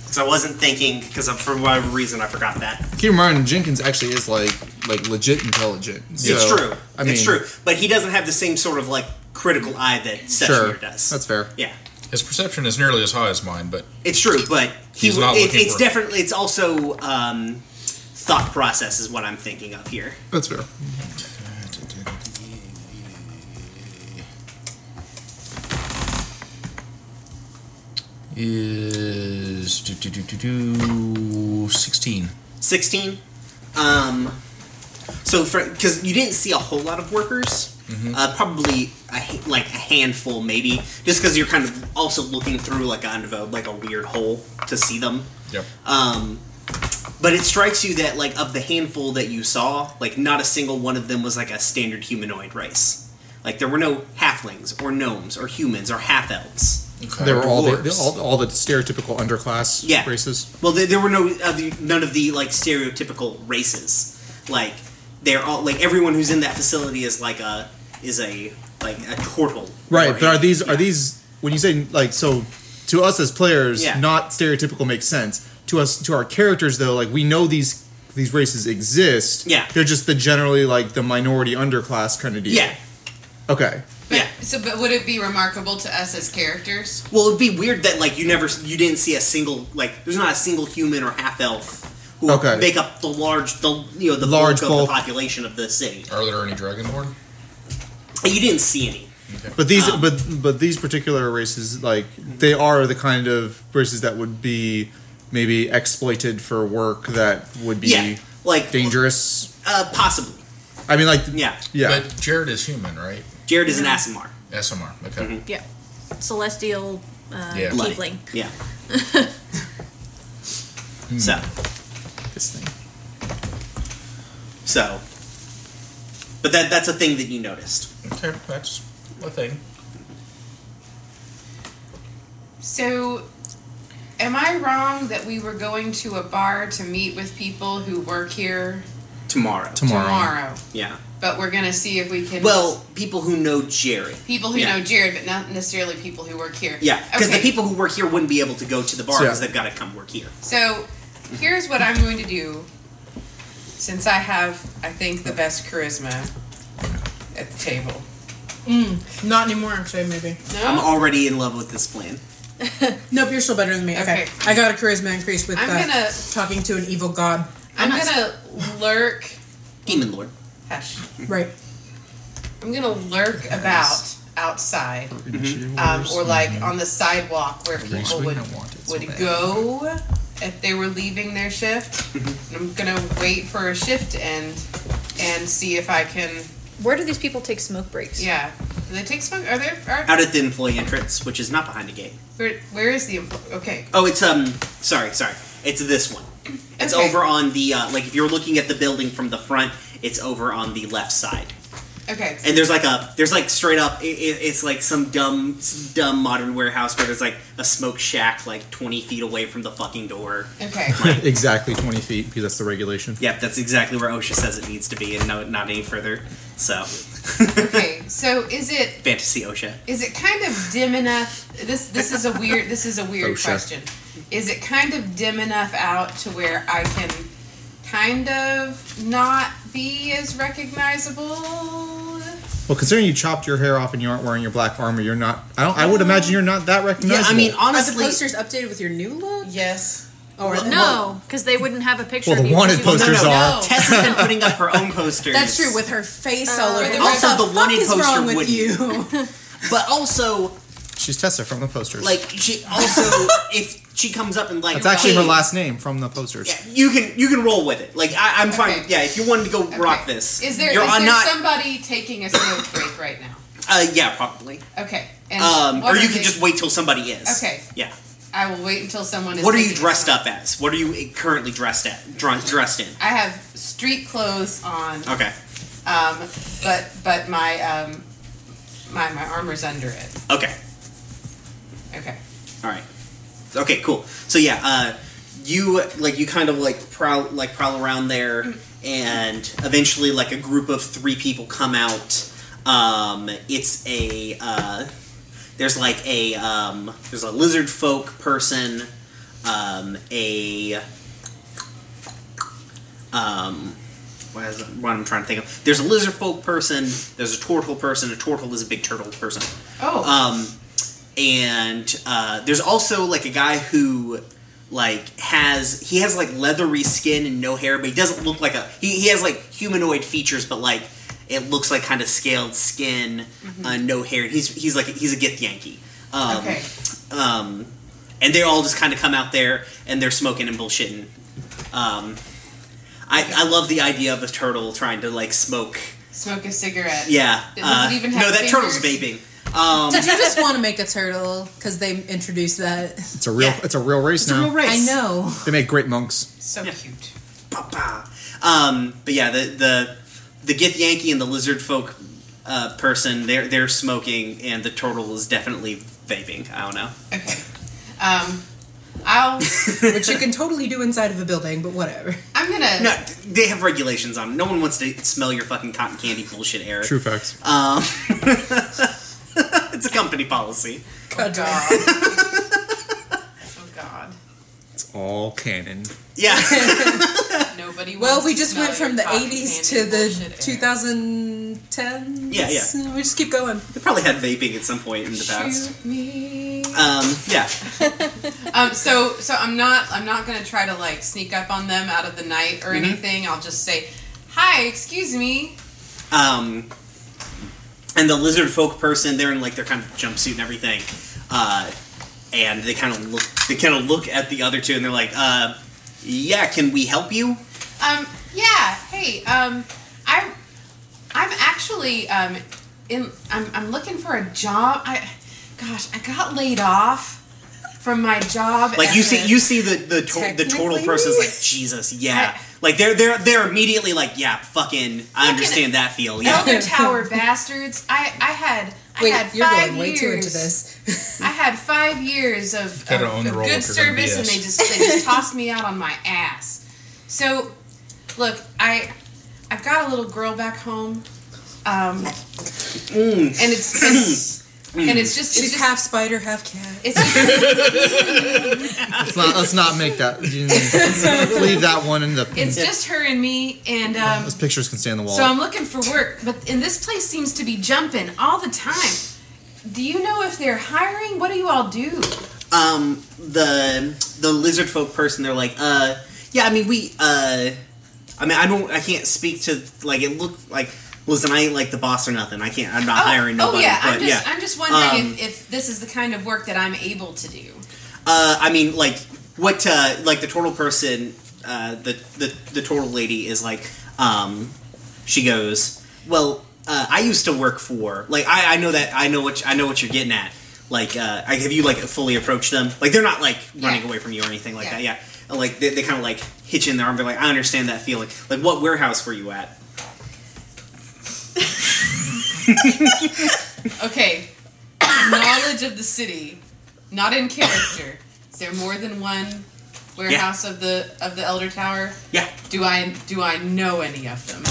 Because I wasn't thinking, because for whatever reason I forgot that.
Keep in mind, Jenkins actually is like like legit intelligent. So,
it's true.
I mean,
it's true. But he doesn't have the same sort of like critical eye that Sessionaire
Sure,
does.
that's fair.
Yeah.
His perception is nearly as high as mine, but
It's true, but he
He's
w-
not
it-
looking
it's
for it.
definitely it's also um, thought process is what I'm thinking of here.
That's fair.
is do, do, do, do, do, 16.
16 um so for because you didn't see a whole lot of workers uh, probably a, ha- like a handful maybe just because you're kind of also looking through like kind of a like a weird hole to see them
Yep.
um but it strikes you that like of the handful that you saw like not a single one of them was like a standard humanoid race like there were no halflings or gnomes or humans or half elves
Okay.
They were all the,
Dwarves.
all, all the stereotypical underclass
Yeah.
races.
Well, there, there were no of the none of the like stereotypical races. Like they're all like everyone who's in that facility is like a is a like a turtle.
Right,
or
but
a-
are these
yeah.
are these when you say like so to us as players,
Yeah.
not stereotypical makes sense. To us to our characters though, like we know these these races exist.
Yeah.
They're just the generally like the minority underclass kind of deal.
Yeah,
Okay.
But,
yeah.
So, but would it be remarkable to us as characters?
Well, it'd be weird that like you never you didn't see a single like there's not a single human or half elf who
Okay.
make up the large the you know the large
Large
bulk of
bulk.
the population of the city.
Are there any dragonborn?
And you didn't see any.
But these
Um,
but but these particular races like they are the kind of races that would be maybe exploited for work that would be
Yeah, like
dangerous.
Uh, possibly.
I mean like
Yeah.
Yeah.
But Jared is human, right?
Jared is an Asimar.
SMR. Okay.
Mm-hmm.
Yeah. Celestial uh,
Yeah.
Bloody.
tiefling.
Yeah. So.
this thing.
So, but that that's a thing that you noticed.
Okay, that's a thing.
So, am I wrong that we were going to a bar to meet with people who work here
Tomorrow.
Tomorrow.
tomorrow?
Yeah.
But we're gonna see if we can.
Well, people who know Jerry.
people who
yeah.
know Jared, but not necessarily people who work here.
Yeah, because
okay.
the people who work here wouldn't be able to go to the bar
So, yeah.
because they've got to come work here.
So, here's what I'm going to do. Since I have, I think, the best charisma at the table.
Not anymore, actually, maybe.
No,
I'm already in love with this plan.
Nope, you're still better than me. Okay.
Okay.
I got a charisma increase with
I'm
uh,
gonna-
talking to an evil god.
I'm gonna lurk.
Demon Lord.
Hush.
Right.
I'm gonna lurk about outside, um, or like on the sidewalk where people would would go if they were leaving their shift. And I'm gonna wait for a shift to end and see if I can.
Where do these people take smoke breaks?
Yeah, do they take smoke? Are there? Are,
Out at the employee entrance, which is not behind the gate.
where, where is the employee? Okay,
Oh, it's um. Sorry, sorry. It's this one. It's
Okay.
over on the uh, like if you're looking at the building from the front, it's over on the left side.
okay.
And there's like a there's like straight up it, it, it's like some dumb some dumb modern warehouse where there's like a smoke shack like 20 feet away from the fucking door.
Okay.
exactly 20 feet because that's the regulation.
Yep, that's exactly where OSHA says it needs to be, and no, not any further. So,
Okay. So is it
fantasy OSHA.
is it kind of dim enough this this is a weird this is a weird
Oh, sure.
question is it kind of dim enough out to where i can kind of not be as recognizable
Well, considering you chopped your hair off and you aren't wearing your black armor, you're not. I don't. I would imagine you're not that
Yeah,
recognizable.
I mean,
Are the
honestly,
posters updated with your new look?
yes
Oh, are they-
No, because they wouldn't have a picture
Well,
of
the
you 'cause
wanted
you wouldn't-
posters
no,
are.
Tessa's been putting up her own posters.
That's true, with her face all over.
the
it.
Also,
Uh, What
the wanted
fuck is
poster
wrong with
wouldn't.
you?
but also
She's Tessa from the posters.
like she also if she comes up and like
that's actually her
hey,
last name from the posters.
Yeah, you can you can roll with it. Like I, I'm fine.
Okay.
Yeah, if you wanted to go rock
Okay.
this,
is there
You're
is
on
there
not.
somebody taking a smoke break right now
uh, yeah, probably.
okay and
Um,
what
or
are
you
they-
can just wait till somebody is.
Okay.
Yeah.
i will wait until someone is
What are you
taking a
dressed
smoke-
up as? What are you currently dressed at? Dr- dressed in?
i have street clothes on
Okay.
um but but my um my my armor's under it
Okay.
okay
All right. Okay, cool. So yeah, uh, you like you kind of like prowl like prowl around there, and eventually like a group of three people come out. Um, it's a uh, there's like a um, there's a lizard folk person, um, a um, what is it? what I'm trying to think of. There's a lizard folk person. There's a turtle person. A turtle is a big turtle person.
Oh.
Um, and uh, there's also like a guy who like has he has like leathery skin and no hair, but he doesn't look like a he, he has like humanoid features, but like it looks like kind of scaled skin,
Mm-hmm.
uh, no hair. He's he's like he's a Gith Yankee. Um,
okay.
um, and they all just kind of come out there and they're smoking and bullshitting. Um, I, I love the idea of a turtle trying to like smoke.
Smoke a cigarette.
Yeah.
That doesn't
uh,
even
no,
have
that turtle's vaping.
fingers.
Um,
Did you just want to make a turtle? Because they introduced that.
It's a real
Yeah.
it's a real race
it's a
now.
real race.
I know.
They make great monks.
So cute.
Bah, bah. Um, but yeah, the the the Gith Yankee and the lizard folk uh, person they're they're smoking and the turtle is definitely vaping. I don't know.
Okay. Um, I'll.
Which you can totally do inside of a building, but whatever.
I'm gonna.
No, Uh, they have regulations on. it. No one wants to smell your fucking cotton candy bullshit, Eric.
True facts.
Um, it's a company policy.
Oh God. oh God.
It's all canon.
Yeah.
Nobody.
Well, Oh,
wants
we
to
just
smell
went
your
from the
cotton
80s
candy
to the
bullshit, Eric.
2010s.
Yeah, yeah.
And We just keep going.
They probably had vaping at some point in the past.
Shoot me.
Um, yeah.
Um, so so I'm not I'm not gonna try to like sneak up on them out of the night
Mm-hmm.
or anything. I'll just say, "Hi, excuse me."
Um, and the lizard folk person, they're in like their kind of jumpsuit and everything, uh, and they kind of look. They kind of look at the other two, and they're like, uh, "Yeah, can we help you?"
Um, yeah. Hey. Um, I'm I'm actually um in I'm I'm looking for a job. I gosh, I got laid off from my job.
Like
as
you
a-
see, you see the the to- the total
Technically?
person's like, "Jesus, yeah."
I-
like they're they're they're immediately like, "Yeah, fucking, I understand that feel." Yeah.
Elder Tower bastards. I I had I
Wait,
had
you're
five
going way
years.
too into this.
I had five years of,
gotta
of-
own the
of
role
good
if you're gonna
service, and
BS.
they just they just tossed me out on my ass. So, look, I I've got a little girl back home, um, and it's, it's and it's just it's
She's
just
Mm. half spider, half cat.
it's,
Let's not let's not make that leave that one in the
it's just her and me, and um,
those pictures can stay on the wall.
so I'm looking for work. But and this place seems to be jumping all the time. Do you know if they're hiring? What do you all do?
um the the lizard folk person they're like uh yeah i mean we uh i mean i don't i can't speak to like it looked like listen i ain't like the boss or nothing i can't i'm not hiring nobody
Oh yeah,
but
I'm just
yeah
I'm just wondering
Um,
if, if this is the kind of work that I'm able to do.
uh i mean like what uh like the turtle person uh the the, the turtle lady is like um she goes well uh, i used to work for like i i know that i know what i know what you're getting at like uh I, have you like fully approached them like they're not like running
Yeah.
away from you or anything like
Yeah.
that yeah And, like they, they kind of like hitch in their arm they're like i understand that feeling like what warehouse were you at
Okay, knowledge of the city, not in character. Is there more than one warehouse of the of the Elder Tower?
yeah
Do I do I know any of them?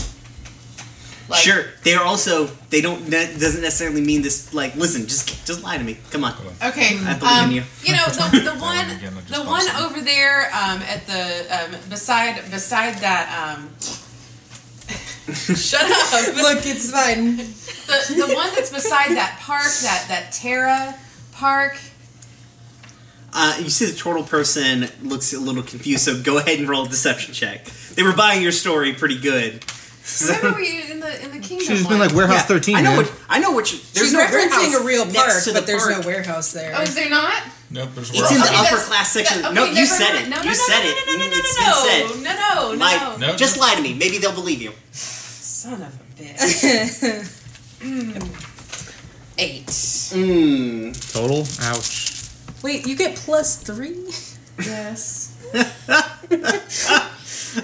Like,
sure they're also they don't that doesn't necessarily mean this like listen just just lie to me come on
Okay.
I believe
um,
in you.
know the, the one
one again, I just
the
thought
one
so.
over there um, at the um, beside beside that. Um, shut up.
Look, it's fine.
The, the one that's beside that park, that that Terra Park.
Uh, you see the turtle person looks a little confused, so go ahead and roll a deception check. They were buying your story pretty good. So-
Remember we in the in the kingdom.
She's
one?
been like warehouse
Yeah,
thirteen.
I know
man.
what I know what you. There's
She's
no warehouse
referencing a real
next
park,
to the
but there's
park.
no warehouse there.
Oh, is there not?
Nope, there's
It's in the
warehouse.
upper
that's-
class section.
that-
no,
okay,
you
never
said
mind.
it.
No, no,
you
no,
said
no,
it.
No,
Mm,
no, no,
it's
no,
been
no,
said.
no, no, no,
Like,
No.
just lie to me. Maybe they'll believe you.
Son of a bitch. Eight.
Mm.
total. Ouch.
Wait, you get plus three?
Yes.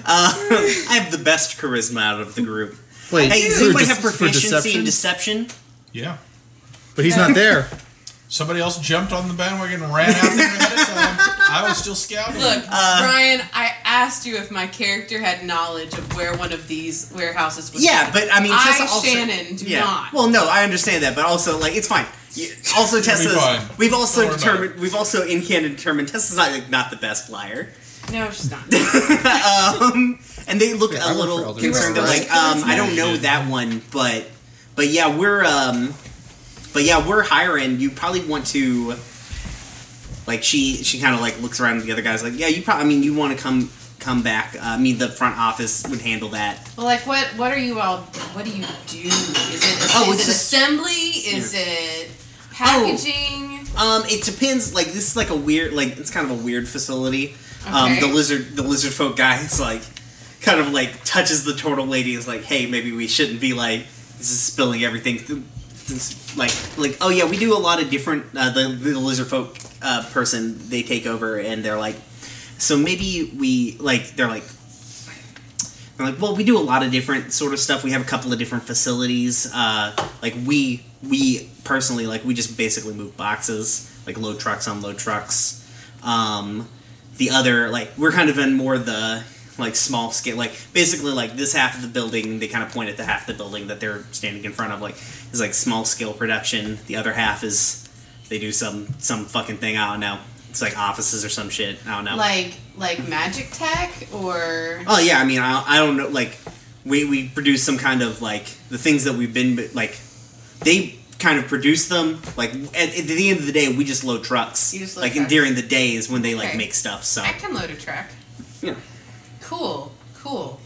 I have the best charisma out of the group.
Wait,
Hey, does
for
anybody
de-
have
for
proficiency in deception?
Yeah.
But he's not there.
Somebody else jumped on the bandwagon and ran out there ahead of time. I was still scouting.
Look,
Uh,
Brian, I asked you if my character had knowledge of where one of these warehouses was.
Yeah, but I mean,
I,
Tessa also.
Shannon, do
yeah.
not.
Well, no, I understand that, but also like it's fine. Yeah, Also,
be fine.
Tessa's. We've also
Don't worry about
determined. We've also in canon determined Tessa's not like, not the best liar,
No, she's not.
and they look
Yeah,
a
I work for
little
Elder
concerned. They're
Scrolls.
like, um, I don't know that one, but but yeah, we're um, but yeah, we're higher end. You probably want to. Like she, she kind of like looks around at the other guys. Like, yeah, you probably. I mean, you want to come come back. Uh, I mean, the front office would handle that.
Well, like what? What are you all? What do you do? Is it?
Oh,
is
it's
it
just- Oh.
assembly? Is it packaging?
Um, it depends. Like this is like a weird, like it's kind of a weird facility. Um,
Okay.
the lizard, the lizard folk guy is like, kind of like touches the turtle lady. and Is like, hey, maybe we shouldn't be like this is spilling everything. th- This, like, like oh yeah, we do a lot of different. Uh, the the lizard folk uh, person they take over and they're like, so maybe we like they're like. They're like, well, we do a lot of different sort of stuff. We have a couple of different facilities. Uh, like we we personally like we just basically move boxes, like load trucks on load trucks. Um, the other like we're kind of in more the like small scale, like basically like this half of the building. They kind of point at the half of the building that they're standing in front of, like is like small scale production. The other half is they do some some fucking thing. I don't know. It's like offices or some shit. I don't know.
Like like magic tech or
Oh yeah, I mean, I, I don't know. Like, we we produce some kind of like the things that we've been like, they kind of produce them. Like at, at the end of the day, we just load trucks.
You just load
like
trucks.
during the day is when they like
Okay.
make stuff. So
I can load a truck.
yeah,
Cool, cool.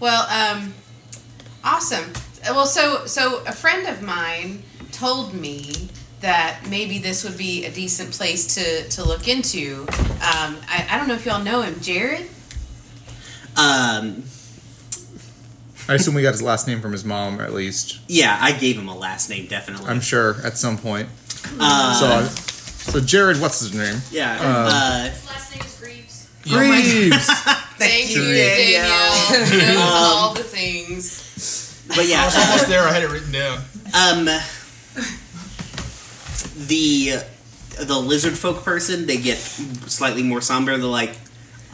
Well, um, awesome. Uh, Well, so so a friend of mine told me that maybe this would be a decent place to to look into. Um, I, I don't know if y'all know him, Jared.
um,
I assume we got his last name from his mom, at least.
yeah, I gave him a last name definitely.
I'm sure at some point.
Uh,
so, uh, so Jared, what's his name?
yeah, uh,
Last name is Greaves.
Oh
Greaves.
Thank you,
Danielle.
Danielle. He knows all
Um,
the things.
but yeah,
I was almost there. I had it written down.
Um, the the lizard folk person, they get slightly more somber. They're like,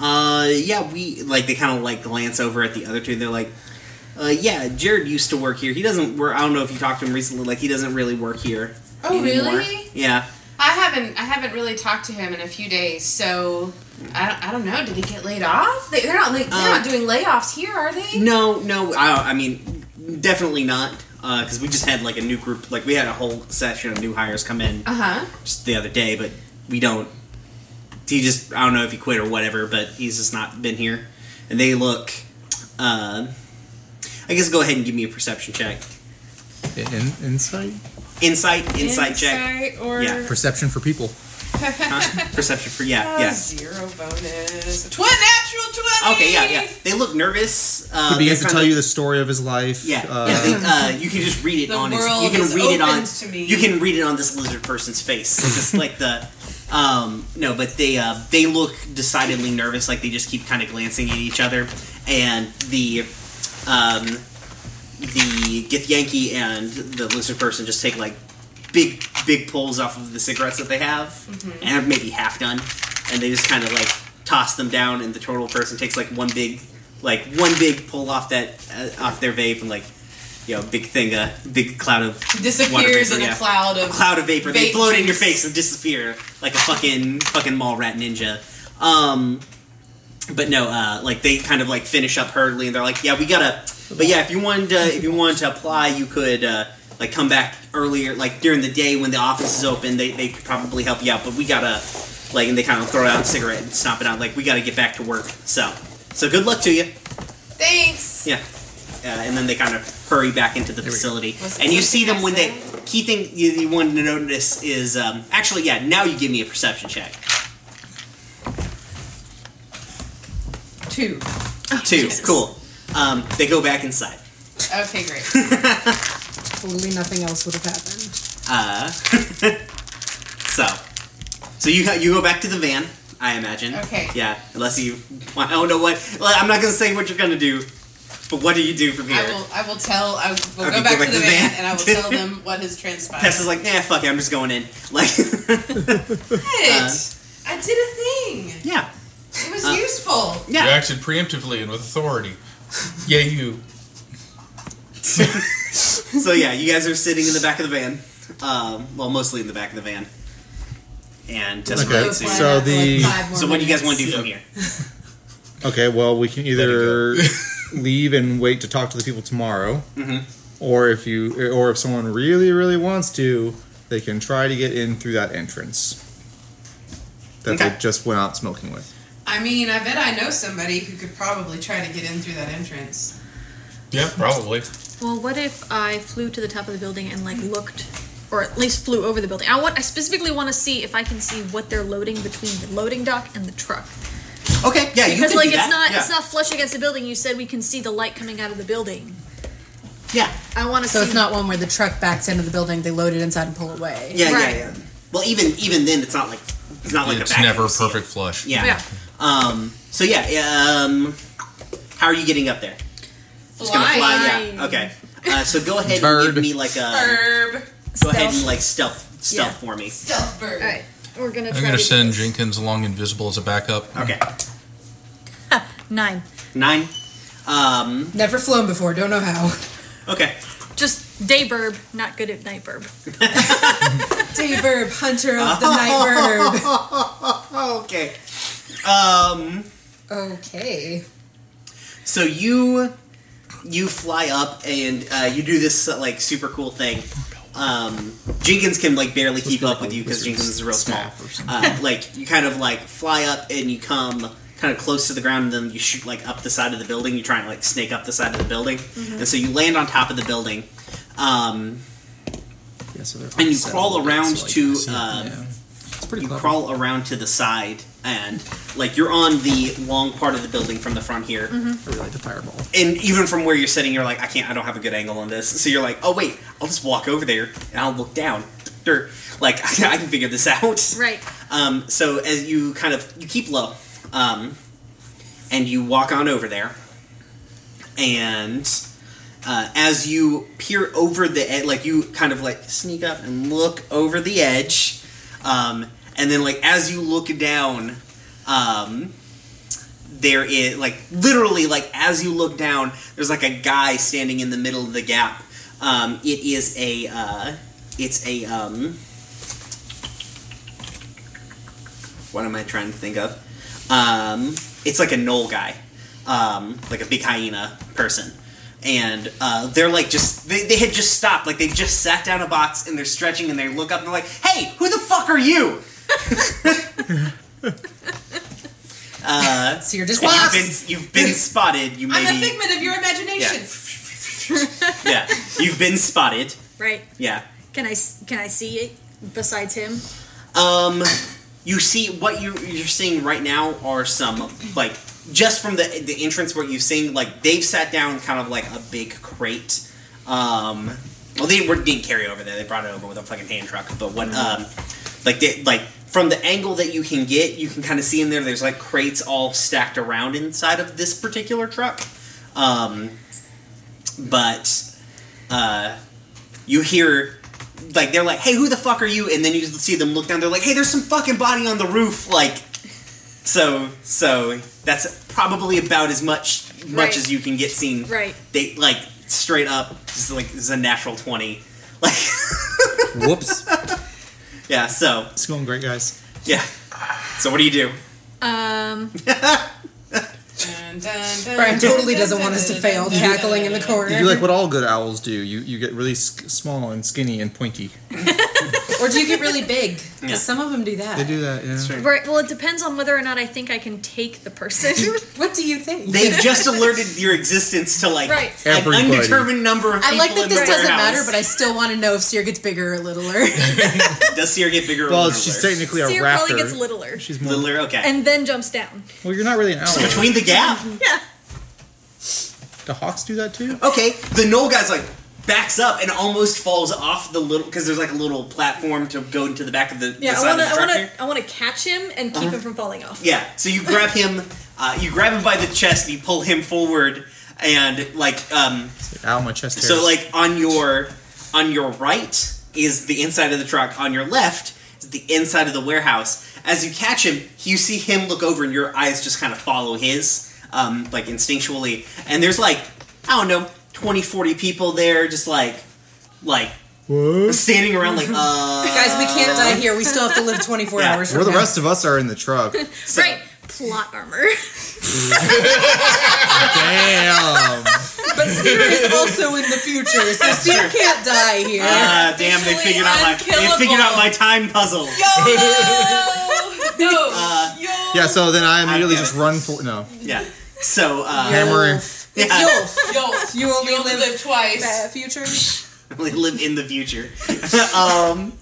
uh, yeah, we like. They kind of like glance over at the other two. They're like, uh, yeah, Jared used to work here. He doesn't work. I don't know if you talked to him recently. Like, he doesn't really work here.
Oh,
anymore.
really?
Yeah.
I haven't I haven't really talked to him in a few days, so I don't, I don't know. Did he get laid off? They, they're not like, they're
Uh,
not doing layoffs here, are they?
No, no. I, I mean, definitely not. Because we just had like a new group. Like, we had a whole session of new hires come in.
Uh huh.
just the other day, but we don't. He just I don't know if he quit or whatever, but he's just not been here. And they look. Uh, I guess go ahead and give me a perception check,
In- insight?
insight, insight, check,
or
Yeah.
Perception for people.
Oh, Huh? perception for yeah,
A
yeah.
uh, zero bonus. Tw- natural twenty.
Okay, yeah, yeah. They look nervous. Uh,
He begins
they're
to
kinda-
tell you the story of his life.
Yeah,
uh,
yeah. They, uh, you can just read it
The
on. His, you
world
can
is
read it on.
opened to me.
You can read it on this lizard person's face. It's just like the. Um, no, but they uh, they look decidedly nervous. Like they just keep kind of glancing at each other, and the um, the Gith Yankee and the lizard person just take like big big pulls off of the cigarettes that they have, and are maybe half done, and they just kind of like toss them down, and the turtle person takes like one big like one big pull off that uh, off their vape and like you know big thing a big cloud of water
Disappears
vapor,
in
yeah.
a cloud of.
cloud of vapor they
Vape
blow it in your
juice.
face and disappear like a fucking fucking mall rat ninja um but no uh like they kind of like finish up hurriedly and they're like yeah we gotta but yeah if you wanted to if you wanted to apply you could uh like come back earlier like during the day when the office is open they, they could probably help you out but we gotta like and they kind of throw out a cigarette and stomp it out like we gotta get back to work so so good luck to you
Thanks.
yeah. Uh, and then they kind of hurry back into the facility.
Was it
And you see
something
them
I
when they.
said?
Key thing you, you wanted to notice is. Um, actually, yeah, now you give me a perception check.
Two. Oh,
Two. Cool. Um, they go back inside.
Okay, great.
Totally nothing else would have happened.
Uh, so. So you, go- you go back to the van, I imagine.
Okay.
Yeah, unless you. I don't know what. well, I'm not going to say what you're going to do, but what do you do from here?
I will. I will tell. I will
Okay,
go back to the van, and I will tell them what has
Tess
transpired.
is like, nah, fuck it, I'm just going in. Like,
It. I did a thing.
yeah.
It was useful.
Uh, Yeah.
You acted preemptively and with authority. Yeah, you.
So yeah, you guys are sitting in the back of the van. um, well, mostly in the back of the van. And test
Okay,
okay,
so- the-
So what do you guys want to do from here?
Okay, well, we can either leave and wait to talk to the people tomorrow,
Mm-hmm.
or if you, or if someone really, really wants to, they can try to get in through that entrance that
Okay.
they just went out smoking with.
I mean, I bet I know somebody who could probably try to get in through that entrance.
Yeah, probably.
Well, what if I flew to the top of the building and like looked, or at least flew over the building? I want. I specifically want to see if I can see what they're loading between the loading dock and the truck.
Okay, yeah, you
Because
could
like
do
it's
that.
not
yeah.
it's not flush against the building. You said we can see the light coming out of the building.
Yeah,
I want to
So
see.
it's not one where the truck backs into the building, they load it inside and pull it away.
yeah,
Right.
yeah, yeah. Well, even even then, it's not like it's not like a
it's
vacuum
never
seal.
perfect flush.
Yeah.
Yeah.
Um. So yeah. yeah, Um. How are you getting up there? It's gonna fly.
Flying.
Yeah. Okay. Uh, so go ahead and
Bird.
give me like a
Herb.
go ahead
Stealth.
and like stealth stealth for me.
Stealth bird.
All right, we're gonna.
I'm
try
gonna
to do
send
this.
Jenkins along invisible as a backup.
Okay.
Nine.
Nine. Um.
Never flown before, don't know how.
Okay.
Just day burb, not good at night burb.
Day bird, hunter of the night bird.
Okay. Um.
Okay.
So you you fly up and uh, you do this uh, like super cool thing. Um, Jenkins can like barely keep up with you because Jenkins is real small. Uh, like you kind of like fly up and you come kind of close to the ground and then you shoot like up the side of the building. You try and like snake up the side of the building, and so you land on top of the building. Um,
Yeah, so they're
And you
offset a
crawl
little bit,
around
so, like,
to,
I see it,
uh,
yeah. It's pretty
you
clever.
crawl around to the side and like you're on the long part of the building from the front here.
I really like the fireball.
and even from where you're sitting, you're like, I can't, I don't have a good angle on this. So you're like, oh wait, I'll just walk over there and I'll look down. Dirt. Like I can figure this out.
Right.
Um, so as you kind of you keep low, um, and you walk on over there, and uh, as you peer over the edge, like you kind of like sneak up and look over the edge, um, and then like as you look down, um, there is like literally like as you look down, there's like a guy standing in the middle of the gap. Um, it is a uh, it's a um, what am I trying to think of? Um, it's like a knoll guy, um, like a big hyena person. And uh, they're like just, they, they had just stopped. Like they just sat down a box and they're stretching and they look up and they're like, hey, who the fuck are you?
So you're just
And You've
lost.
been, you've been spotted. You
I'm a
maybe.
figment of your imagination.
Yeah. You've been spotted.
Right.
Yeah.
Can I s- can I see it besides him?
Um, you see what you you're seeing right now are some like just from the the entrance where you've seen like they've sat down kind of like a big crate. Um, well, they were, didn't carry it over there; they brought it over with a fucking hand truck. But what
Mm-hmm.
um, like they like from the angle that you can get, you can kind of see in there. There's like crates all stacked around inside of this particular truck. Um, but uh, you hear like they're like, "Hey, who the fuck are you?" And then you see them look down. They're like, "Hey, there's some fucking body on the roof." Like, so so that's probably about as much much
Right.
as you can get seen.
Right.
They like straight up, just like this is a natural twenty. Like,
Whoops.
yeah. So
It's going great, guys.
yeah. So what do you do?
Um.
Dun, dun, dun,
Brian totally
dun,
doesn't
dun,
want us to
dun,
fail
dun, dun,
cackling in
dun,
the
dun.
corner.
You do like what all good owls do. You you get really sk- small and skinny and pointy.
or do you get really big? 'Cause
Yeah.
some of them do that.
They do that. Yeah.
Right. Well, it depends on whether or not I think I can take the person.
What do you think?
They've just alerted your existence to like
Right.
an
Everybody.
undetermined number of people.
I like that
in
this
the
doesn't
warehouse.
matter, but I still want to know if Seer gets bigger or littler.
does Sierra get bigger? or
Well,
littler?
she's technically a
Seer probably gets
raptor.
littler
She's more.
littler. Okay.
and then jumps down.
Well, you're not really an owl.
between the gap.
Yeah.
Do hawks do that too?
okay the knoll guy's like backs up and almost falls off the little because there's like a little platform to go into the back of the, the
Yeah. I
side
want to.
of the Uh-huh.
I
truck
want
here.
to. I want to catch him and keep him from falling off.
yeah so you grab him uh, you grab him by the chest and you pull him forward and like um
Ow, my chest.
so
hairs.
like on your on your right is the inside of the truck on your left is the inside of the warehouse as you catch him you see him look over and your eyes just kind of follow his um like instinctually and there's like i don't know 20 40 people there just like like
What?
standing around like, uh.
Guys, we can't die here. We still have to live 24
Yeah,
hours.
Where
from
the
now.
rest of us are in the truck.
right. Plot armor.
Damn.
But Seer is also in the future, so Seer can't die here.
Ah, damn! They figured out my they figured out my time puzzle.
Yo, no,
Uh,
Yeah, so then I immediately
I get
just run for no
Yeah. So uh,
hammering.
It's
Yeah.
Yulf.
yo,
You only
you only
live,
live twice.
uh, future.
we live in the future. um,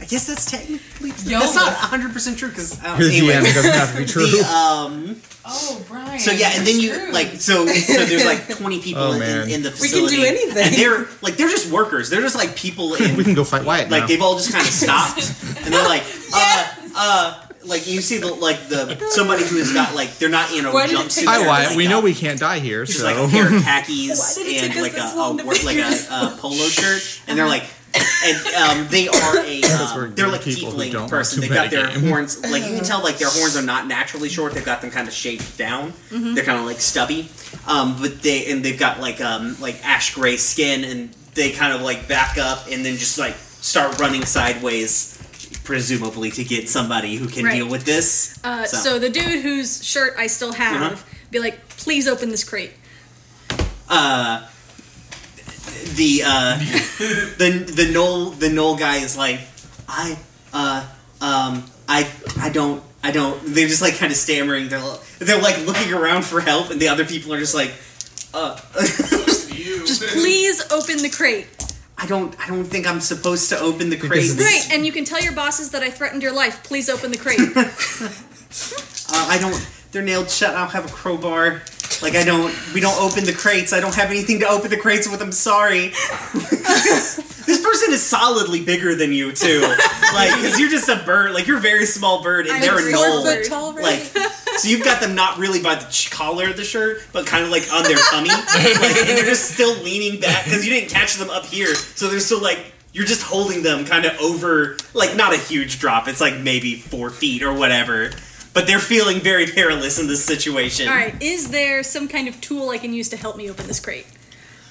I guess that's technically
Yo.
that's not hundred percent true because um,
Here's the
anyway.
end. It doesn't have to be true.
The, um,
Oh, Brian.
so yeah, and then
that's
you
true.
like so so there's like 20 people
Oh,
in- in,
man.
in the
We can do
facility.
anything.
And they're like they're just workers. They're just like people in
we can go fight Wyatt
like
now.
they've all just kind of stopped and they're like uh uh like you see the like the somebody who has got like they're not in a
Why did it
jumpsuit
take
Hi
they're
Wyatt.
like,
We
uh,
know we can't die here,
just
so
like a pair of
Why
khakis
did it take
and
us
like a,
this
a,
long to
work, like a,
figure
a polo shirt and they're like and um, they are a uh,
we're
they're like a
people who don't
tiefling
want
person.
to
They've got their
metagame.
horns like you can tell like their horns are not naturally short. They've got them kind of shaped down.
Mm-hmm.
They're kind of like stubby, um, but they and they've got like um like ash gray skin and they kind of like back up and then just like start running sideways. Presumably to get somebody who can
Right.
deal with this.
Uh, so. the dude whose shirt I still have
Uh-huh.
be like, please open this crate.
the uh, the the Knoll the Knoll guy is like, I uh um I I don't I don't. They're just like kind of stammering. They're li- they're like looking around for help, and the other people are just like, uh,
Just please open the crate.
I don't I don't think I'm supposed to open the crate.
Right, and you can tell your bosses that I threatened your life. Please open the crate.
Uh, I don't. They're nailed shut. I don't have a crowbar. Like I don't. We don't open the crates. I don't have anything to open the crates with. I'm sorry. this person is solidly bigger than you too. Like because you're just a bird. Like you're a very small bird, and
I'm
they're a
four
knoll.
foot
tall, right?
oh, Like so you've got them not really by the ch- collar of the shirt, but kind of like on their tummy. like, and they're just still leaning back because you didn't catch them up here, so they're still like. You're just holding them kind of over, like not a huge drop. It's like maybe four feet or whatever, but they're feeling very perilous in this situation.
All right, is there some kind of tool I can use to help me open this crate?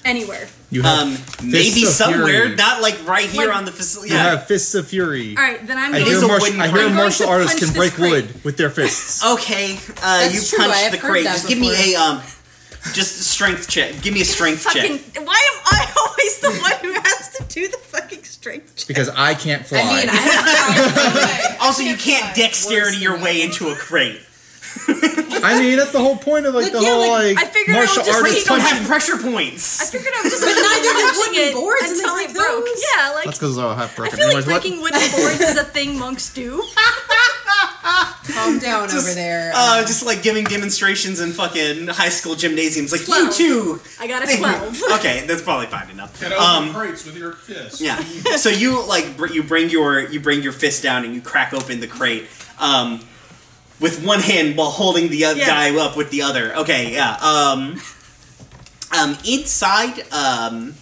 Anywhere.
you have
Um,
Fists
maybe
of
somewhere,
Fury.
not like right here
Like-
on the facility.
you
Yeah.
have fists of fury.
All right, then I'm
I
going.
is
hear,
a
martial,
wooden
I
crate.
hear
I'm
going
martial
to
artists
punch
can
this
break
crate.
wood with their fists.
Okay, uh, you
true, I
punched
have
the
heard
crate.
that
Just give me a
before.
um, just strength check. Give me a strength check.
fucking. Why am I always the one who has to do the fucking strength check?
Because I can't fly.
I mean, I have
Okay.
Also, you can't
fly.
dexterity your way into a crate.
I mean, that's the whole point of like
Look,
the
yeah,
whole
like,
like,
I figured I
martial
would just
You
artist
make
don't
a-
punch.
have pressure
I
pointed
figured I was just.
But neither do
punching
wooden
it
boards, and
until
they
it
break
broke.
those.
Yeah, like.
That's because I have broken.
I feel like
Anyways, what?
breaking wooden boards is a thing monks do.
to calm down over there.
Uh, just like giving demonstrations in fucking high school gymnasiums. Like you
Twelve.
too.
I got a twelve.
okay, that's probably fine enough.
Get open crates with your fist.
Yeah. So you like br- you bring your you bring your fist down and you crack open the crate um, with one hand while holding the other
Yeah.
guy up with the other. Okay. Yeah. Um, um, inside, um,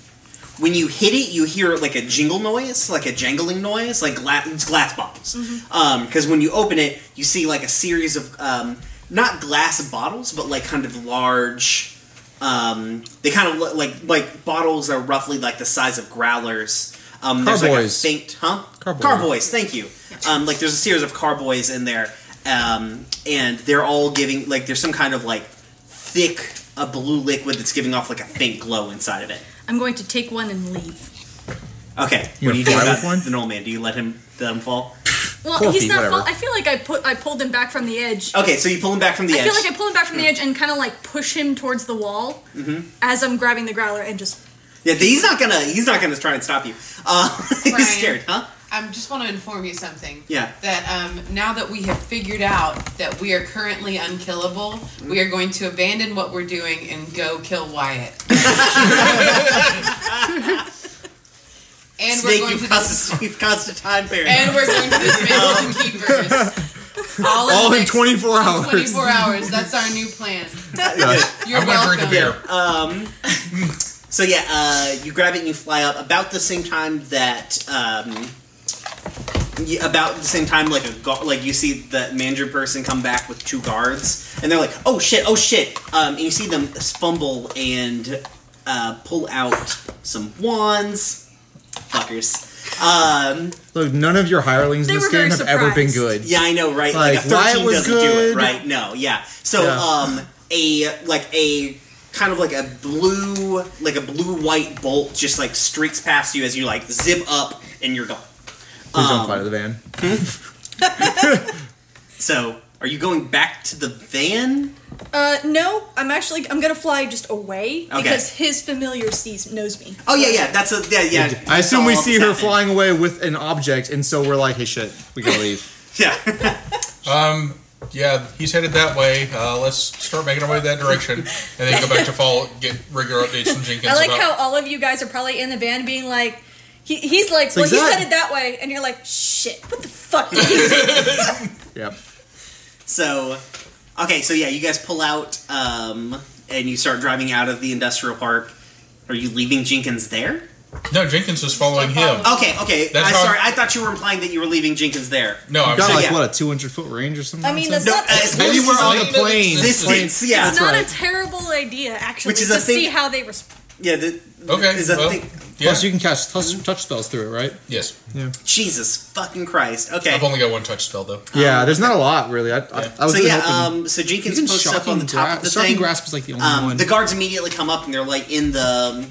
when you hit it, you hear like a jingle noise, like a jangling noise, like gla- it's glass bottles. Because when you open it, you see like a series of um, not glass bottles, but like kind of large um, they kind of look like like bottles are roughly like the size of growlers. Um, there's like a
Carboys.
faint, huh?
Carboy.
Carboys, thank you. Um, like there's a series of carboys in there, um, and they're all giving like there's some kind of like thick a blue liquid that's giving off like a faint glow inside of it.
I'm going to take one and leave.
Okay,
You
what do
gonna
you do
fly
about
with one?
the old man? Do you let him let him fall?
Well,
Four
he's
feet,
not.
whatever.
Fall- I feel like I put. I pulled him back from the edge.
Okay, so you pull him back from the
I
edge. Mm.
feel like I pull him back from the edge and kind of like push him towards the wall
Mm-hmm.
as I'm grabbing the growler and just.
yeah, he's not gonna he's not gonna try and stop you. Uh,
Brian.
he's scared, huh?
Um, I just want to inform you something.
Yeah.
That um, now that we have figured out that we are currently unkillable, we are going to abandon what we're doing and go kill Wyatt. and we're
Snake,
going to
you've
the,
caused, a, you've caused a time barrier.
and we're going to dismantle the keepers. All in,
All
the
in
next
24 hours.
24 hours. That's our new plan. You're
I'm gonna
welcome.
drink a beer.
So yeah, uh, you grab it and you fly up about the same time that um, y- about the same time like a gu- like you see the manager person come back with two guards and they're like, oh shit, oh shit, um, and you see them fumble and uh, pull out some wands fuckers. Um,
Look, none of your hirelings in
They
this
were very
game have ever been good.
Yeah, I know, right? Like,
Like,
a
Wyatt
thirteen
was
doesn't do it,
good.
right? No, yeah. So
Yeah.
um, a like a kind of like a blue like a blue white bolt just like streaks past you as you like zip up and you're gone.
Please don't
Um,
fly to the van.
So are you going back to the van?
Uh, no, I'm actually I'm gonna fly just away
Okay.
because his familiar sees knows me.
Oh yeah, yeah. That's a yeah, yeah.
I assume we
All
see her
seven.
flying away with an object, and so we're like, hey, shit, we gotta leave.
Um, yeah, he's headed that way. Uh, let's start making our way that direction, and then go back to fall. Get regular updates from Jenkins.
I like
about,
how all of you guys are probably in the van being like, he, he's like,
It's
well,
like
he
that.
said it that way, and you're like, shit, what the fuck did he do?
Yep.
So, okay, so yeah, you guys pull out um, and you start driving out of the industrial park. Are you leaving Jenkins there?
No, Jenkins was following him.
Okay, okay.
That's
I'm
how-
sorry. I thought you were implying that you were leaving Jenkins there.
No, I'm
We've got
saying-
like
yeah.
what a 200 foot range or something.
I mean,
like
that's
that?
not.
uh,
Maybe
this
we're
is
on
lane
the
of
plane.
Distance, yeah.
it's
That's
not
right.
a terrible idea, actually,
Which is
to
a thing-
see how they respond.
Yeah. The,
Okay,
Is that
well,
thing?
Yeah.
Plus, you can cast touch, touch spells through it, right?
Yes,
Jesus fucking Christ. Okay.
I've only got one touch spell though.
yeah, there's not a lot really. I, I, I
Um,
was
So
really
yeah,
hoping.
um, so Jenkins
even
posts up
shocking
on the top
gra-
of the
shocking
thing.
grasp was like the only
Um,
one.
the guards immediately come up and they're like in the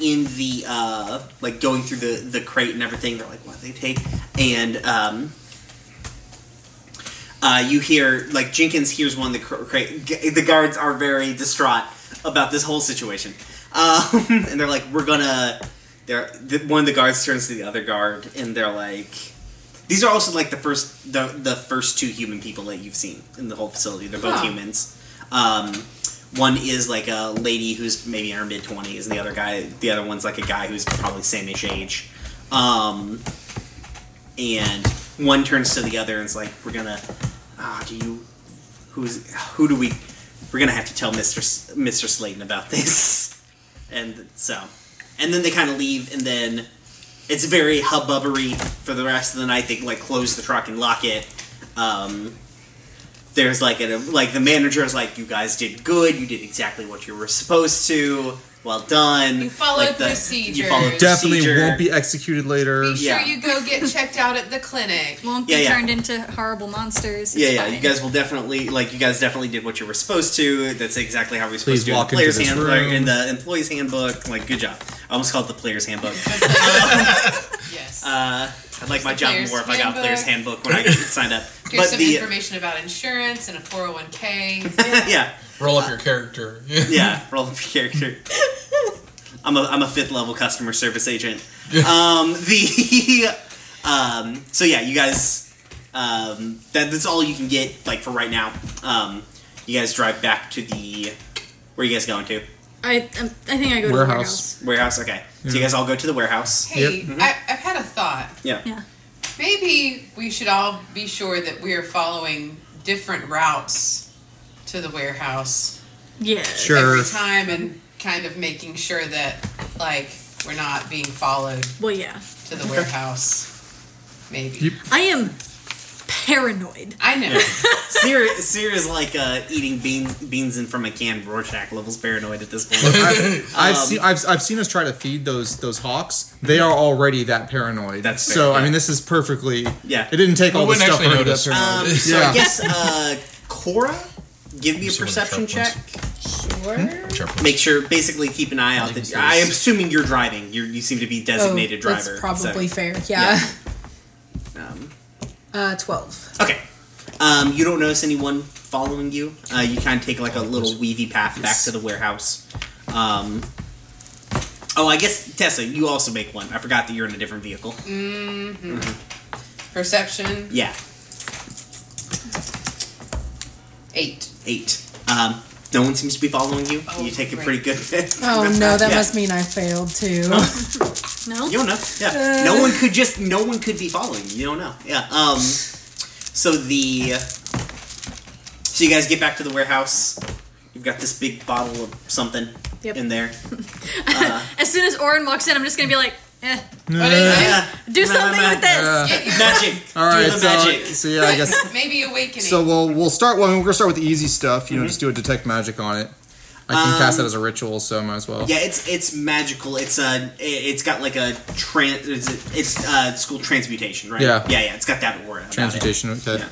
in the uh, like going through the the crate and everything. They're like, what they take and. Um, uh, you hear like Jenkins hears one. of The cr- crate. G- the guards are very distraught about this whole situation, um, and they're like, "We're gonna." They're the, one of the guards turns to the other guard, and they're like, "These are also like the first the the first two human people that you've seen in the whole facility. They're both
Huh.
humans. Um, one is like a lady who's maybe in her mid twenties, and the other guy, the other one's like a guy who's probably same-ish age." Um, and one turns to the other and is like, "We're gonna, ah, do you, who's, who do we, we're gonna have to tell Mister S- Mister Slayton about this." And so, and then they kind of leave, and then it's very hubbubbery for the rest of the night. They like close the truck and lock it. Um, there's like a like the manager is like, "You guys did good. You did exactly what you were supposed to. Well done.
You followed
Like, the- You
procedures.
followed
Definitely
procedure.
won't be executed later.
Be sure
Yeah.
you go get checked out at the clinic.
Won't
Yeah,
be
yeah.
turned into horrible monsters. It's
yeah, yeah.
fine.
You guys will definitely like. You guys definitely did what you were supposed to. That's exactly how we are supposed
Please
to do
walk
the
into
players'
this
handbook
room.
in the employees' handbook. Like, good job. I almost called it the players' handbook.
Yes.
Uh, I'd like my job
Players'
more if I got a players' handbook when I signed up.
Here's
but
some
the
information about insurance and a 401k.
yeah,
Roll up your character.
yeah. Roll up your character. I'm a I'm a fifth level customer service agent. Um, the um, so yeah, you guys. Um, that, that's all you can get like for right now. Um, you guys drive back to the. Where are you guys going to?
I, um, I think I go to
Warehouse.
Warehouse. Okay, so you guys all go to the warehouse.
Hey, I, I've had a thought.
Yeah.
the warehouse. Yeah.
Maybe we should all be sure that we are following different routes to the warehouse
Yeah.
Sure.
every time and kind of making sure that, like, we're not being followed
Well, yeah.
to the warehouse. Maybe.
You-
I am paranoid.
I know.
Seer, Seer is like uh, eating beans beans in from a can. Rorschach levels paranoid at this
Look,
point.
I've, I've seen I've, I've seen us try to feed those those hawks. They are already that paranoid.
That's fair,
so. I
yeah.
mean, this is perfectly.
Yeah.
It didn't take
We
all the
wouldn't
stuff for
actually
her to
notice.
get paranoid.
Um, so
Yeah.
I guess uh, Cora, give me a
see what the
perception
truck
check.
wants. Sure.
Make sure, basically, keep an eye out. That, I am assuming you're driving. You're, you seem to be designated
Oh,
driver.
That's probably
so,
fair. Yeah.
um,
Uh, Twelve.
okay. Um, you don't notice anyone following you. Uh, you kind of take like a little weavy path back to the warehouse. Um, oh, I guess Tessa, you also make one. I forgot that you're in a different vehicle.
Mm. Perception,
Yeah.
eight.
eight. Um, no one seems to be following you.
Oh,
you take a
great.
pretty good.
Oh no, that
Yeah.
must mean I failed too.
No?
You don't know.
Uh.
Yeah. no one could just. No one could be following you. You don't know. Yeah. Um. So the. So you guys get back to the warehouse. You've got this big bottle of something
Yep.
in there.
As soon as Orin walks in, I'm just going to be like, eh,
What is it?
Yeah.
do something with this.
Uh,
Magic.
all right.
Do the
so,
magic.
so yeah, I guess.
Maybe awakening.
So we'll we'll start. Well, we're gonna start with the easy stuff. You know, just do a detect magic on it. I can cast
Mm-hmm.
that
Um,
as a ritual, so might as well.
Yeah, it's it's magical. It's a it's got like a trans. It's, a, it's uh, school transmutation, right?
Yeah.
yeah, yeah. It's got that aura. about it.
Transmutation. Okay.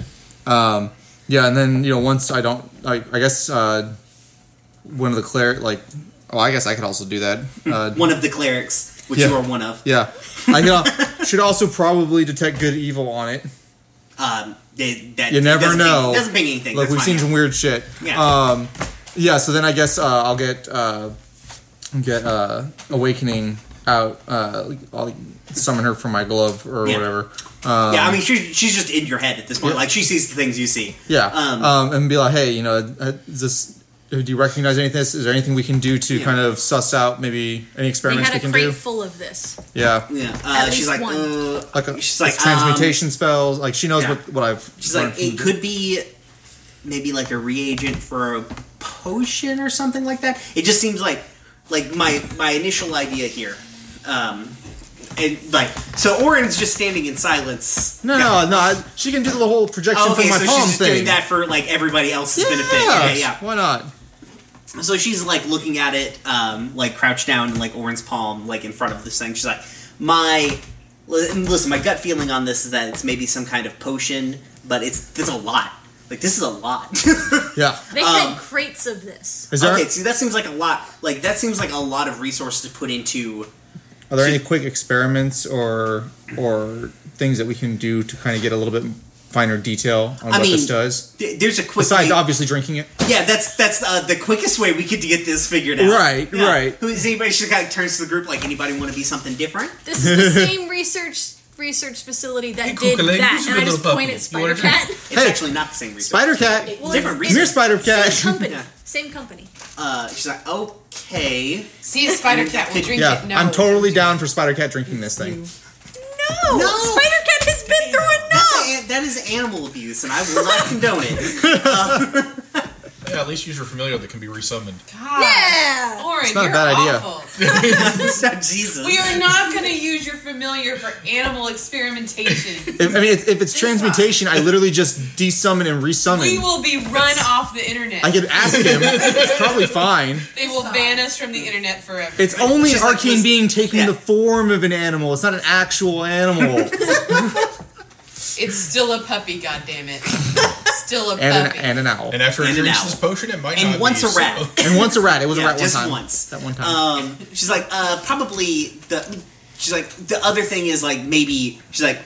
Um, yeah, and then you know once I don't, I, I guess uh, one of the cleric like, oh, I guess I could also do that. Uh,
One of the clerics, which
Yeah.
you are one of.
yeah, I could, al- should also probably detect good evil on it.
Um, they, that
You
it
never
doesn't ping-
know.
doesn't ping anything.
Like
That's
we've
fine.
seen some weird shit.
Yeah.
Um, yeah. So then I guess uh, I'll get uh, get uh, awakening out. Uh, I'll summon her from my glove or
Yeah.
whatever. Um,
yeah, I mean, she's she's just in your head at this point. Like she sees the things you see.
Yeah.
Um,
Um, and be like, hey, you know, uh, is this. Do you recognize anything? Is there anything we can do to kind of suss out maybe any
We
experiments we,
had a
can
crate
do?
full of this.
Yeah.
Yeah.
At
Uh, she's like,
least one.
uh,
Like a
she's like um,
it's transmutation spells. Like she knows
yeah.
what, what I've.
She's
learned
like,
from
it
the-
could be maybe like a reagent for a potion or something like that. It just seems like like my my initial idea here. Um and like so Oren's just standing in silence.
No, no, no. I, she can do the whole projection
Oh, okay,
from my
so she's
palm
just
thing.
doing that for like everybody else's benefit.
Yeah,
Okay, yeah.
Why not?
So she's like looking at it, um, like crouched down in like Oren's palm, like in front of this thing. She's like, my li- listen, my gut feeling on this is that it's maybe some kind of potion, but it's there's a lot. Like this is a lot.
Yeah.
They
Um.
had crates of this.
Is there-
okay, see that seems like a lot. Like that seems like a lot of resources to put into.
Are there any quick experiments or or things that we can do to kind of get a little bit finer detail on
I
what
mean,
this does?
th- There's a quick.
Besides,
way-
obviously, drinking it.
yeah, that's that's uh, the quickest way we could to get this figured out.
Right,
Yeah.
right.
Who is anybody? She kind of turns to the group like, anybody want to be something different?
This is the same research research facility that did
Kukulele,
that,
this is
and
a
I just
little
point at
puppy. You wanna
Spider Cat.
It's actually not the same research.
Spider Cat.
Well, it's
Different
Come here,
research.
Spider Cat.
Same company.
Yeah.
Same company.
Uh, she's like, okay.
See if Spider Cat will drink
Yeah,
it. No.
I'm totally down for Spider Cat drinking this thing.
No, Spider Cat has been through
That's
enough.
a- that is animal abuse, and I will not condone it.
Yeah, at least use your familiar that can be resummoned.
God.
Yeah.
Lauren,
not a
you're
bad idea.
awful.
It's not Jesus.
we are not going to use your familiar for animal experimentation.
If, I mean, if, if it's transmutation, I literally just desummon and resummon.
we will be run off the internet.
I could ask him. it's probably fine.
they will ban us from the internet forever.
It's only
She's
an
like,
arcane
"Listen-
being taking
yeah.
the form of an animal. It's not an actual animal.
It's still a puppy, goddammit. Still a
and, an,
puppy.
and an owl.
And after it
And an
drinks
owl.
this potion, it might
And
not
once
be,
a rat.
so-
And once a rat. It was
Yeah,
a rat
just
one time.
once.
That one time.
Um, she's like, uh, probably the. She's like, the other thing is like maybe she's like,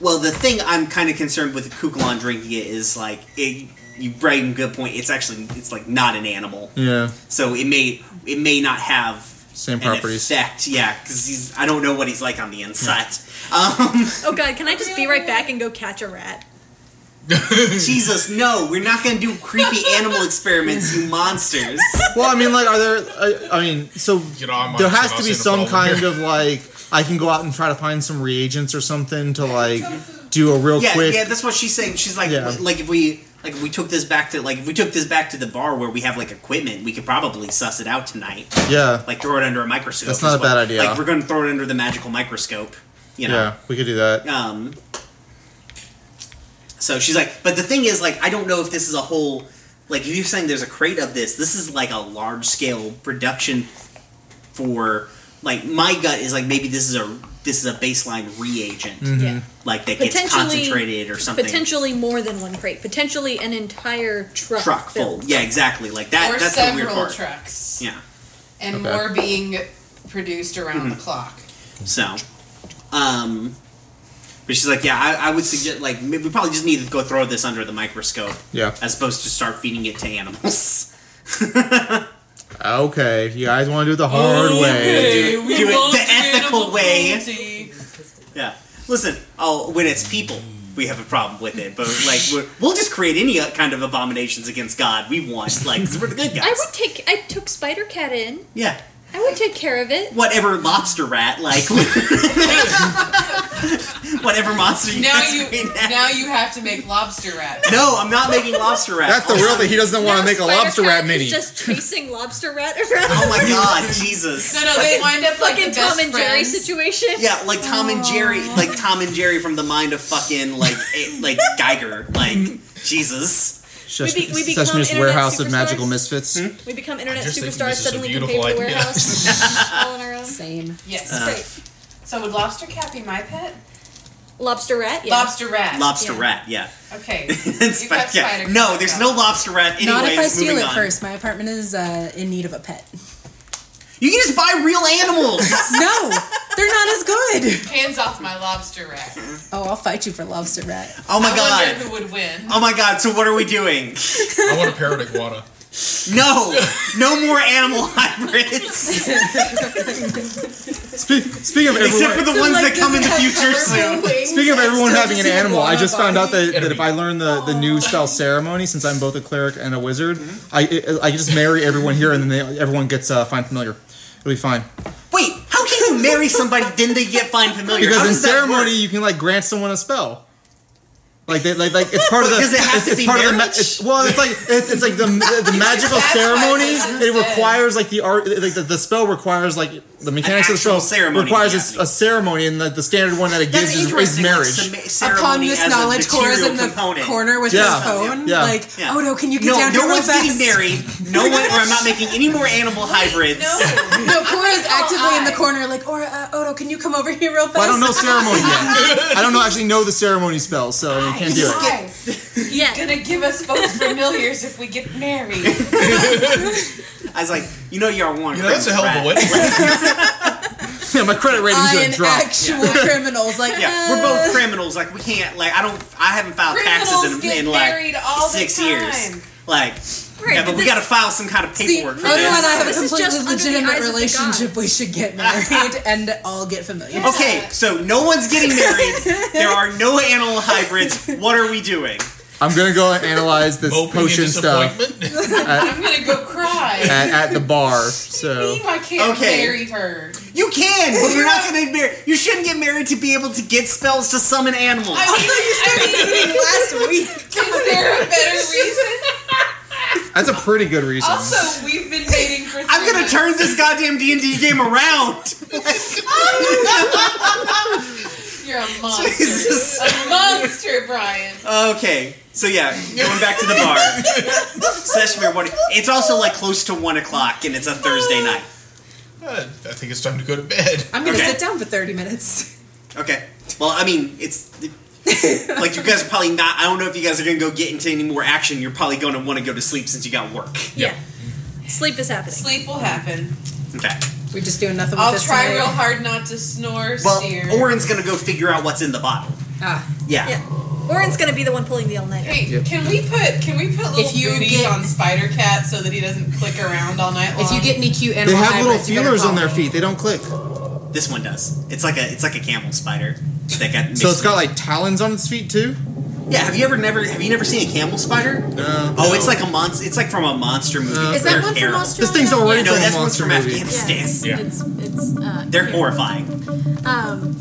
well, the thing I'm kind of concerned with Kukulon drinking it is like it. You bring a good point. It's actually it's like not an animal,
yeah.
so it may it may not have
Same
an
properties.
effect. Yeah, because he's I don't know what he's like on the inside.
Oh god, can I just be right back and go catch a rat?
Jesus, no, we're not gonna do creepy animal experiments, you monsters.
Well, I mean, like, are there? I, I mean, so
Get on my
there has
mouse
to be
in a
some
problem
kind
here.
of like I can go out and try to find some reagents or something to like do a real
Yeah,
quick.
yeah, that's what she's saying. She's like,
Yeah.
like if we like if we took this back to like if we took this back to the bar where we have like equipment, we could probably suss it out tonight.
yeah,
Like throw it under a microscope.
That's not
as
a
well.
bad idea.
Like we're gonna throw it under the magical microscope. You know.
yeah, we could do that.
Um. So she's like, but the thing is, like, I don't know if this is a whole. Like, if you're saying there's a crate of this, this is like a large scale production for. Like, my gut is like maybe this is a this is a baseline reagent,
Yeah.
like that gets
Potentially-
concentrated or something.
Potentially more than one crate. Potentially an entire truck,
truck full.
filled.
Yeah, exactly. Like that.
or
that's the weird
several
part.
trucks.
Yeah.
And
Okay.
more being produced around
Mm-hmm.
the clock.
So, um, but she's like, yeah, I, I would suggest like m- we probably just need to go throw this under the microscope
Yeah.
as opposed to start feeding it to animals.
Okay, you guys want to do it
Oh,
the hard way?
Okay, we
do it
want
the ethical
animal
way.
cruelty.
Yeah. Listen, oh, when it's people, we have a problem with it. But like, we're, we'll just create any uh, kind of abominations against God we want. Like, 'cause we're the good guys.
I would take I took Spider Cat in.
yeah.
I would take care of it.
Whatever lobster rat, like whatever monster you
Now
guys
you
create.
now you have to make lobster rat.
No, I'm not making lobster rat.
That's the real thing. He doesn't want
Now
to make a
Spider
lobster
Cat
rat
is
mini.
Just chasing lobster rat around.
Oh my god, Jesus.
No, no, they wind up like
fucking
the best
Tom and Jerry
friends.
situation.
Yeah, like Tom and Jerry, like Tom and Jerry from the mind of fucking like a, like Geiger, like Jesus.
Sesame,
be- we become
Sesame's
internet
Warehouse of
superstars?
Magical Misfits.
We become internet
just think
superstars.
this is a
Suddenly can pay
beautiful
for the
idea.
warehouse all on our own.
Same.
Yes.
Uh-huh.
Uh,
great. So would lobster cat be my pet?
Lobster rat. Yeah.
Lobster rat.
Lobster rat, yeah.
Okay.
It's
You've got
fine, yeah.
spider
No,
crab
there's
now.
no lobster rat anyways.
Not if I steal
moving
it
on.
first. My apartment is uh, in need of a pet.
You can just buy real animals.
no, they're not as good.
Hands off my lobster rat.
Oh, I'll fight you for lobster rat.
Oh my
I
god.
wonder who would win.
Oh my god, so what are we doing?
I want a parrot iguana.
No! No more animal hybrids!
Spe- speaking of
Except
everyone,
for the ones that come in the future soon.
speaking of everyone having an animal, I just found out that, that if I learn the, the new spell ceremony, since I'm both a cleric and a wizard, I I I can just marry everyone here, and then they, everyone gets uh, find familiar. It'll be fine.
Wait, how can you marry somebody then they get fine familiar?
Because
how
in
does that work?
ceremony, you can like grant someone a spell. Like they like like it's part of the
Does it have
it's,
to
it's
be
part of the
marriage?
it's, well it's like it's, it's like the the, the magical
That's why
ceremony
this is
it
dead.
requires like the art like the, the spell requires like the mechanics of the
actual
spell
ceremony,
requires a
yeah.
s- a, ceremony and the, the standard one that it
That's
gives is, is
interesting. like,
marriage.
cema- ceremony
Upon this
as a
knowledge, Cora's in
material
the
component.
corner with
Yeah.
his phone.
Yeah.
Like,
Yeah.
oh no, can you get
No,
down
no
here real
one's
fast?
getting married. No one. Or I'm not making any more animal hybrids.
No, Cora's
all
actively in the
eyes.
corner, like, or uh, Odo, can you come over here real fast?
Well, I don't know ceremony yet. I don't know actually know the ceremony spell, so I can't do it.
Hi.
Yeah.
Gonna give us both familiars if we get married.
I was like, you know, you're one.
You know, that's a hell of a
rat.
wedding.
Yeah, my credit rating's
I
gonna
and
drop.
actual criminals, like, "Eh,
Yeah, we're both criminals. Like we can't. Like I don't. I haven't filed
Criminals
taxes in,
get
in
married
like
all the
six
time.
years. Like,
Right,
yeah, but
but
we
this-
gotta file some kind of
See, Odo
paperwork for
and I
this.
have a
This is
completely
just under the eyes
legitimate
of the
relationship.
gods.
We should get married and all get familiar.
Okay, so no one's getting married. there are no animal hybrids. What are we doing?
I'm gonna go and analyze this
Moping in
potion stuff
disappointment.
I'm gonna go cry.
at, at the bar. So
I can't
Okay.
marry her.
You can, but you're not gonna marry. You shouldn't get married to be able to get spells to summon animals.
I mean,
Last week,
is there a better reason?
that's a pretty good reason.
Also, we've been dating for.
I'm
three
gonna
months.
turn this goddamn D and D game around.
You're a monster.
Jesus.
A monster, Brian.
Okay, so yeah, going back to the bar. Seshmir, what? It's also like close to one o'clock, and it's a Thursday night.
Uh, I think it's time to go to bed.
I'm gonna
Okay.
sit down for 30 minutes.
Okay. Well, I mean, it's like you guys are probably not. I don't know if you guys are gonna go get into any more action. You're probably gonna want to go to sleep since you got work.
Yeah. Sleep is happening.
Sleep will happen.
Okay.
We're just doing nothing with
I'll
this
try
tonight.
real hard not to snore,
Well,
steer.
Oren's gonna go figure out what's in the bottle.
Ah.
Yeah.
Yeah. Oren's gonna be the one pulling the all nighter.
Wait, can we put can we put little
If you
booties
get-
on Spider Cat so that he doesn't click around all night long?
If you get any cute
they
animal
have little
hybrids, you better
feelers on
call
their
me.
feet. They don't click.
This one does. It's like a it's like a camel spider that got. Mixed
So it's got like talons on its feet too.
Yeah. Have you ever never have you never seen a camel spider?
Uh, No.
Oh, it's like a monster. It's like from a monster movie.
Is
They're
that one from
terrible.
Australia?
This thing's already
No,
from
that's
a
one's
monster
from
movie.
Yeah, it's,
Afghanistan.
it's, it's, uh,
They're
yeah.
horrifying.
Um,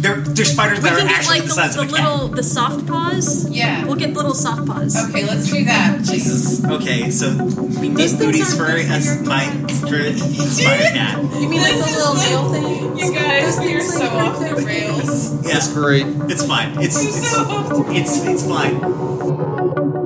They're they're spiders
we
that
can
are
get
actually
like
the,
the,
size
the
of a cat.
little the soft paws.
Yeah.
We'll get little soft paws.
okay, let's do that. Jesus,
Okay, so we need
things aren't
booties for
good for
as
your
my for spider cat.
You mean like the
This is
little
like-
nail thing?
you guys, you're so off the rails.
Yeah,
It's great.
it's fine. It's
You're
it's
so off the
it's it's fine.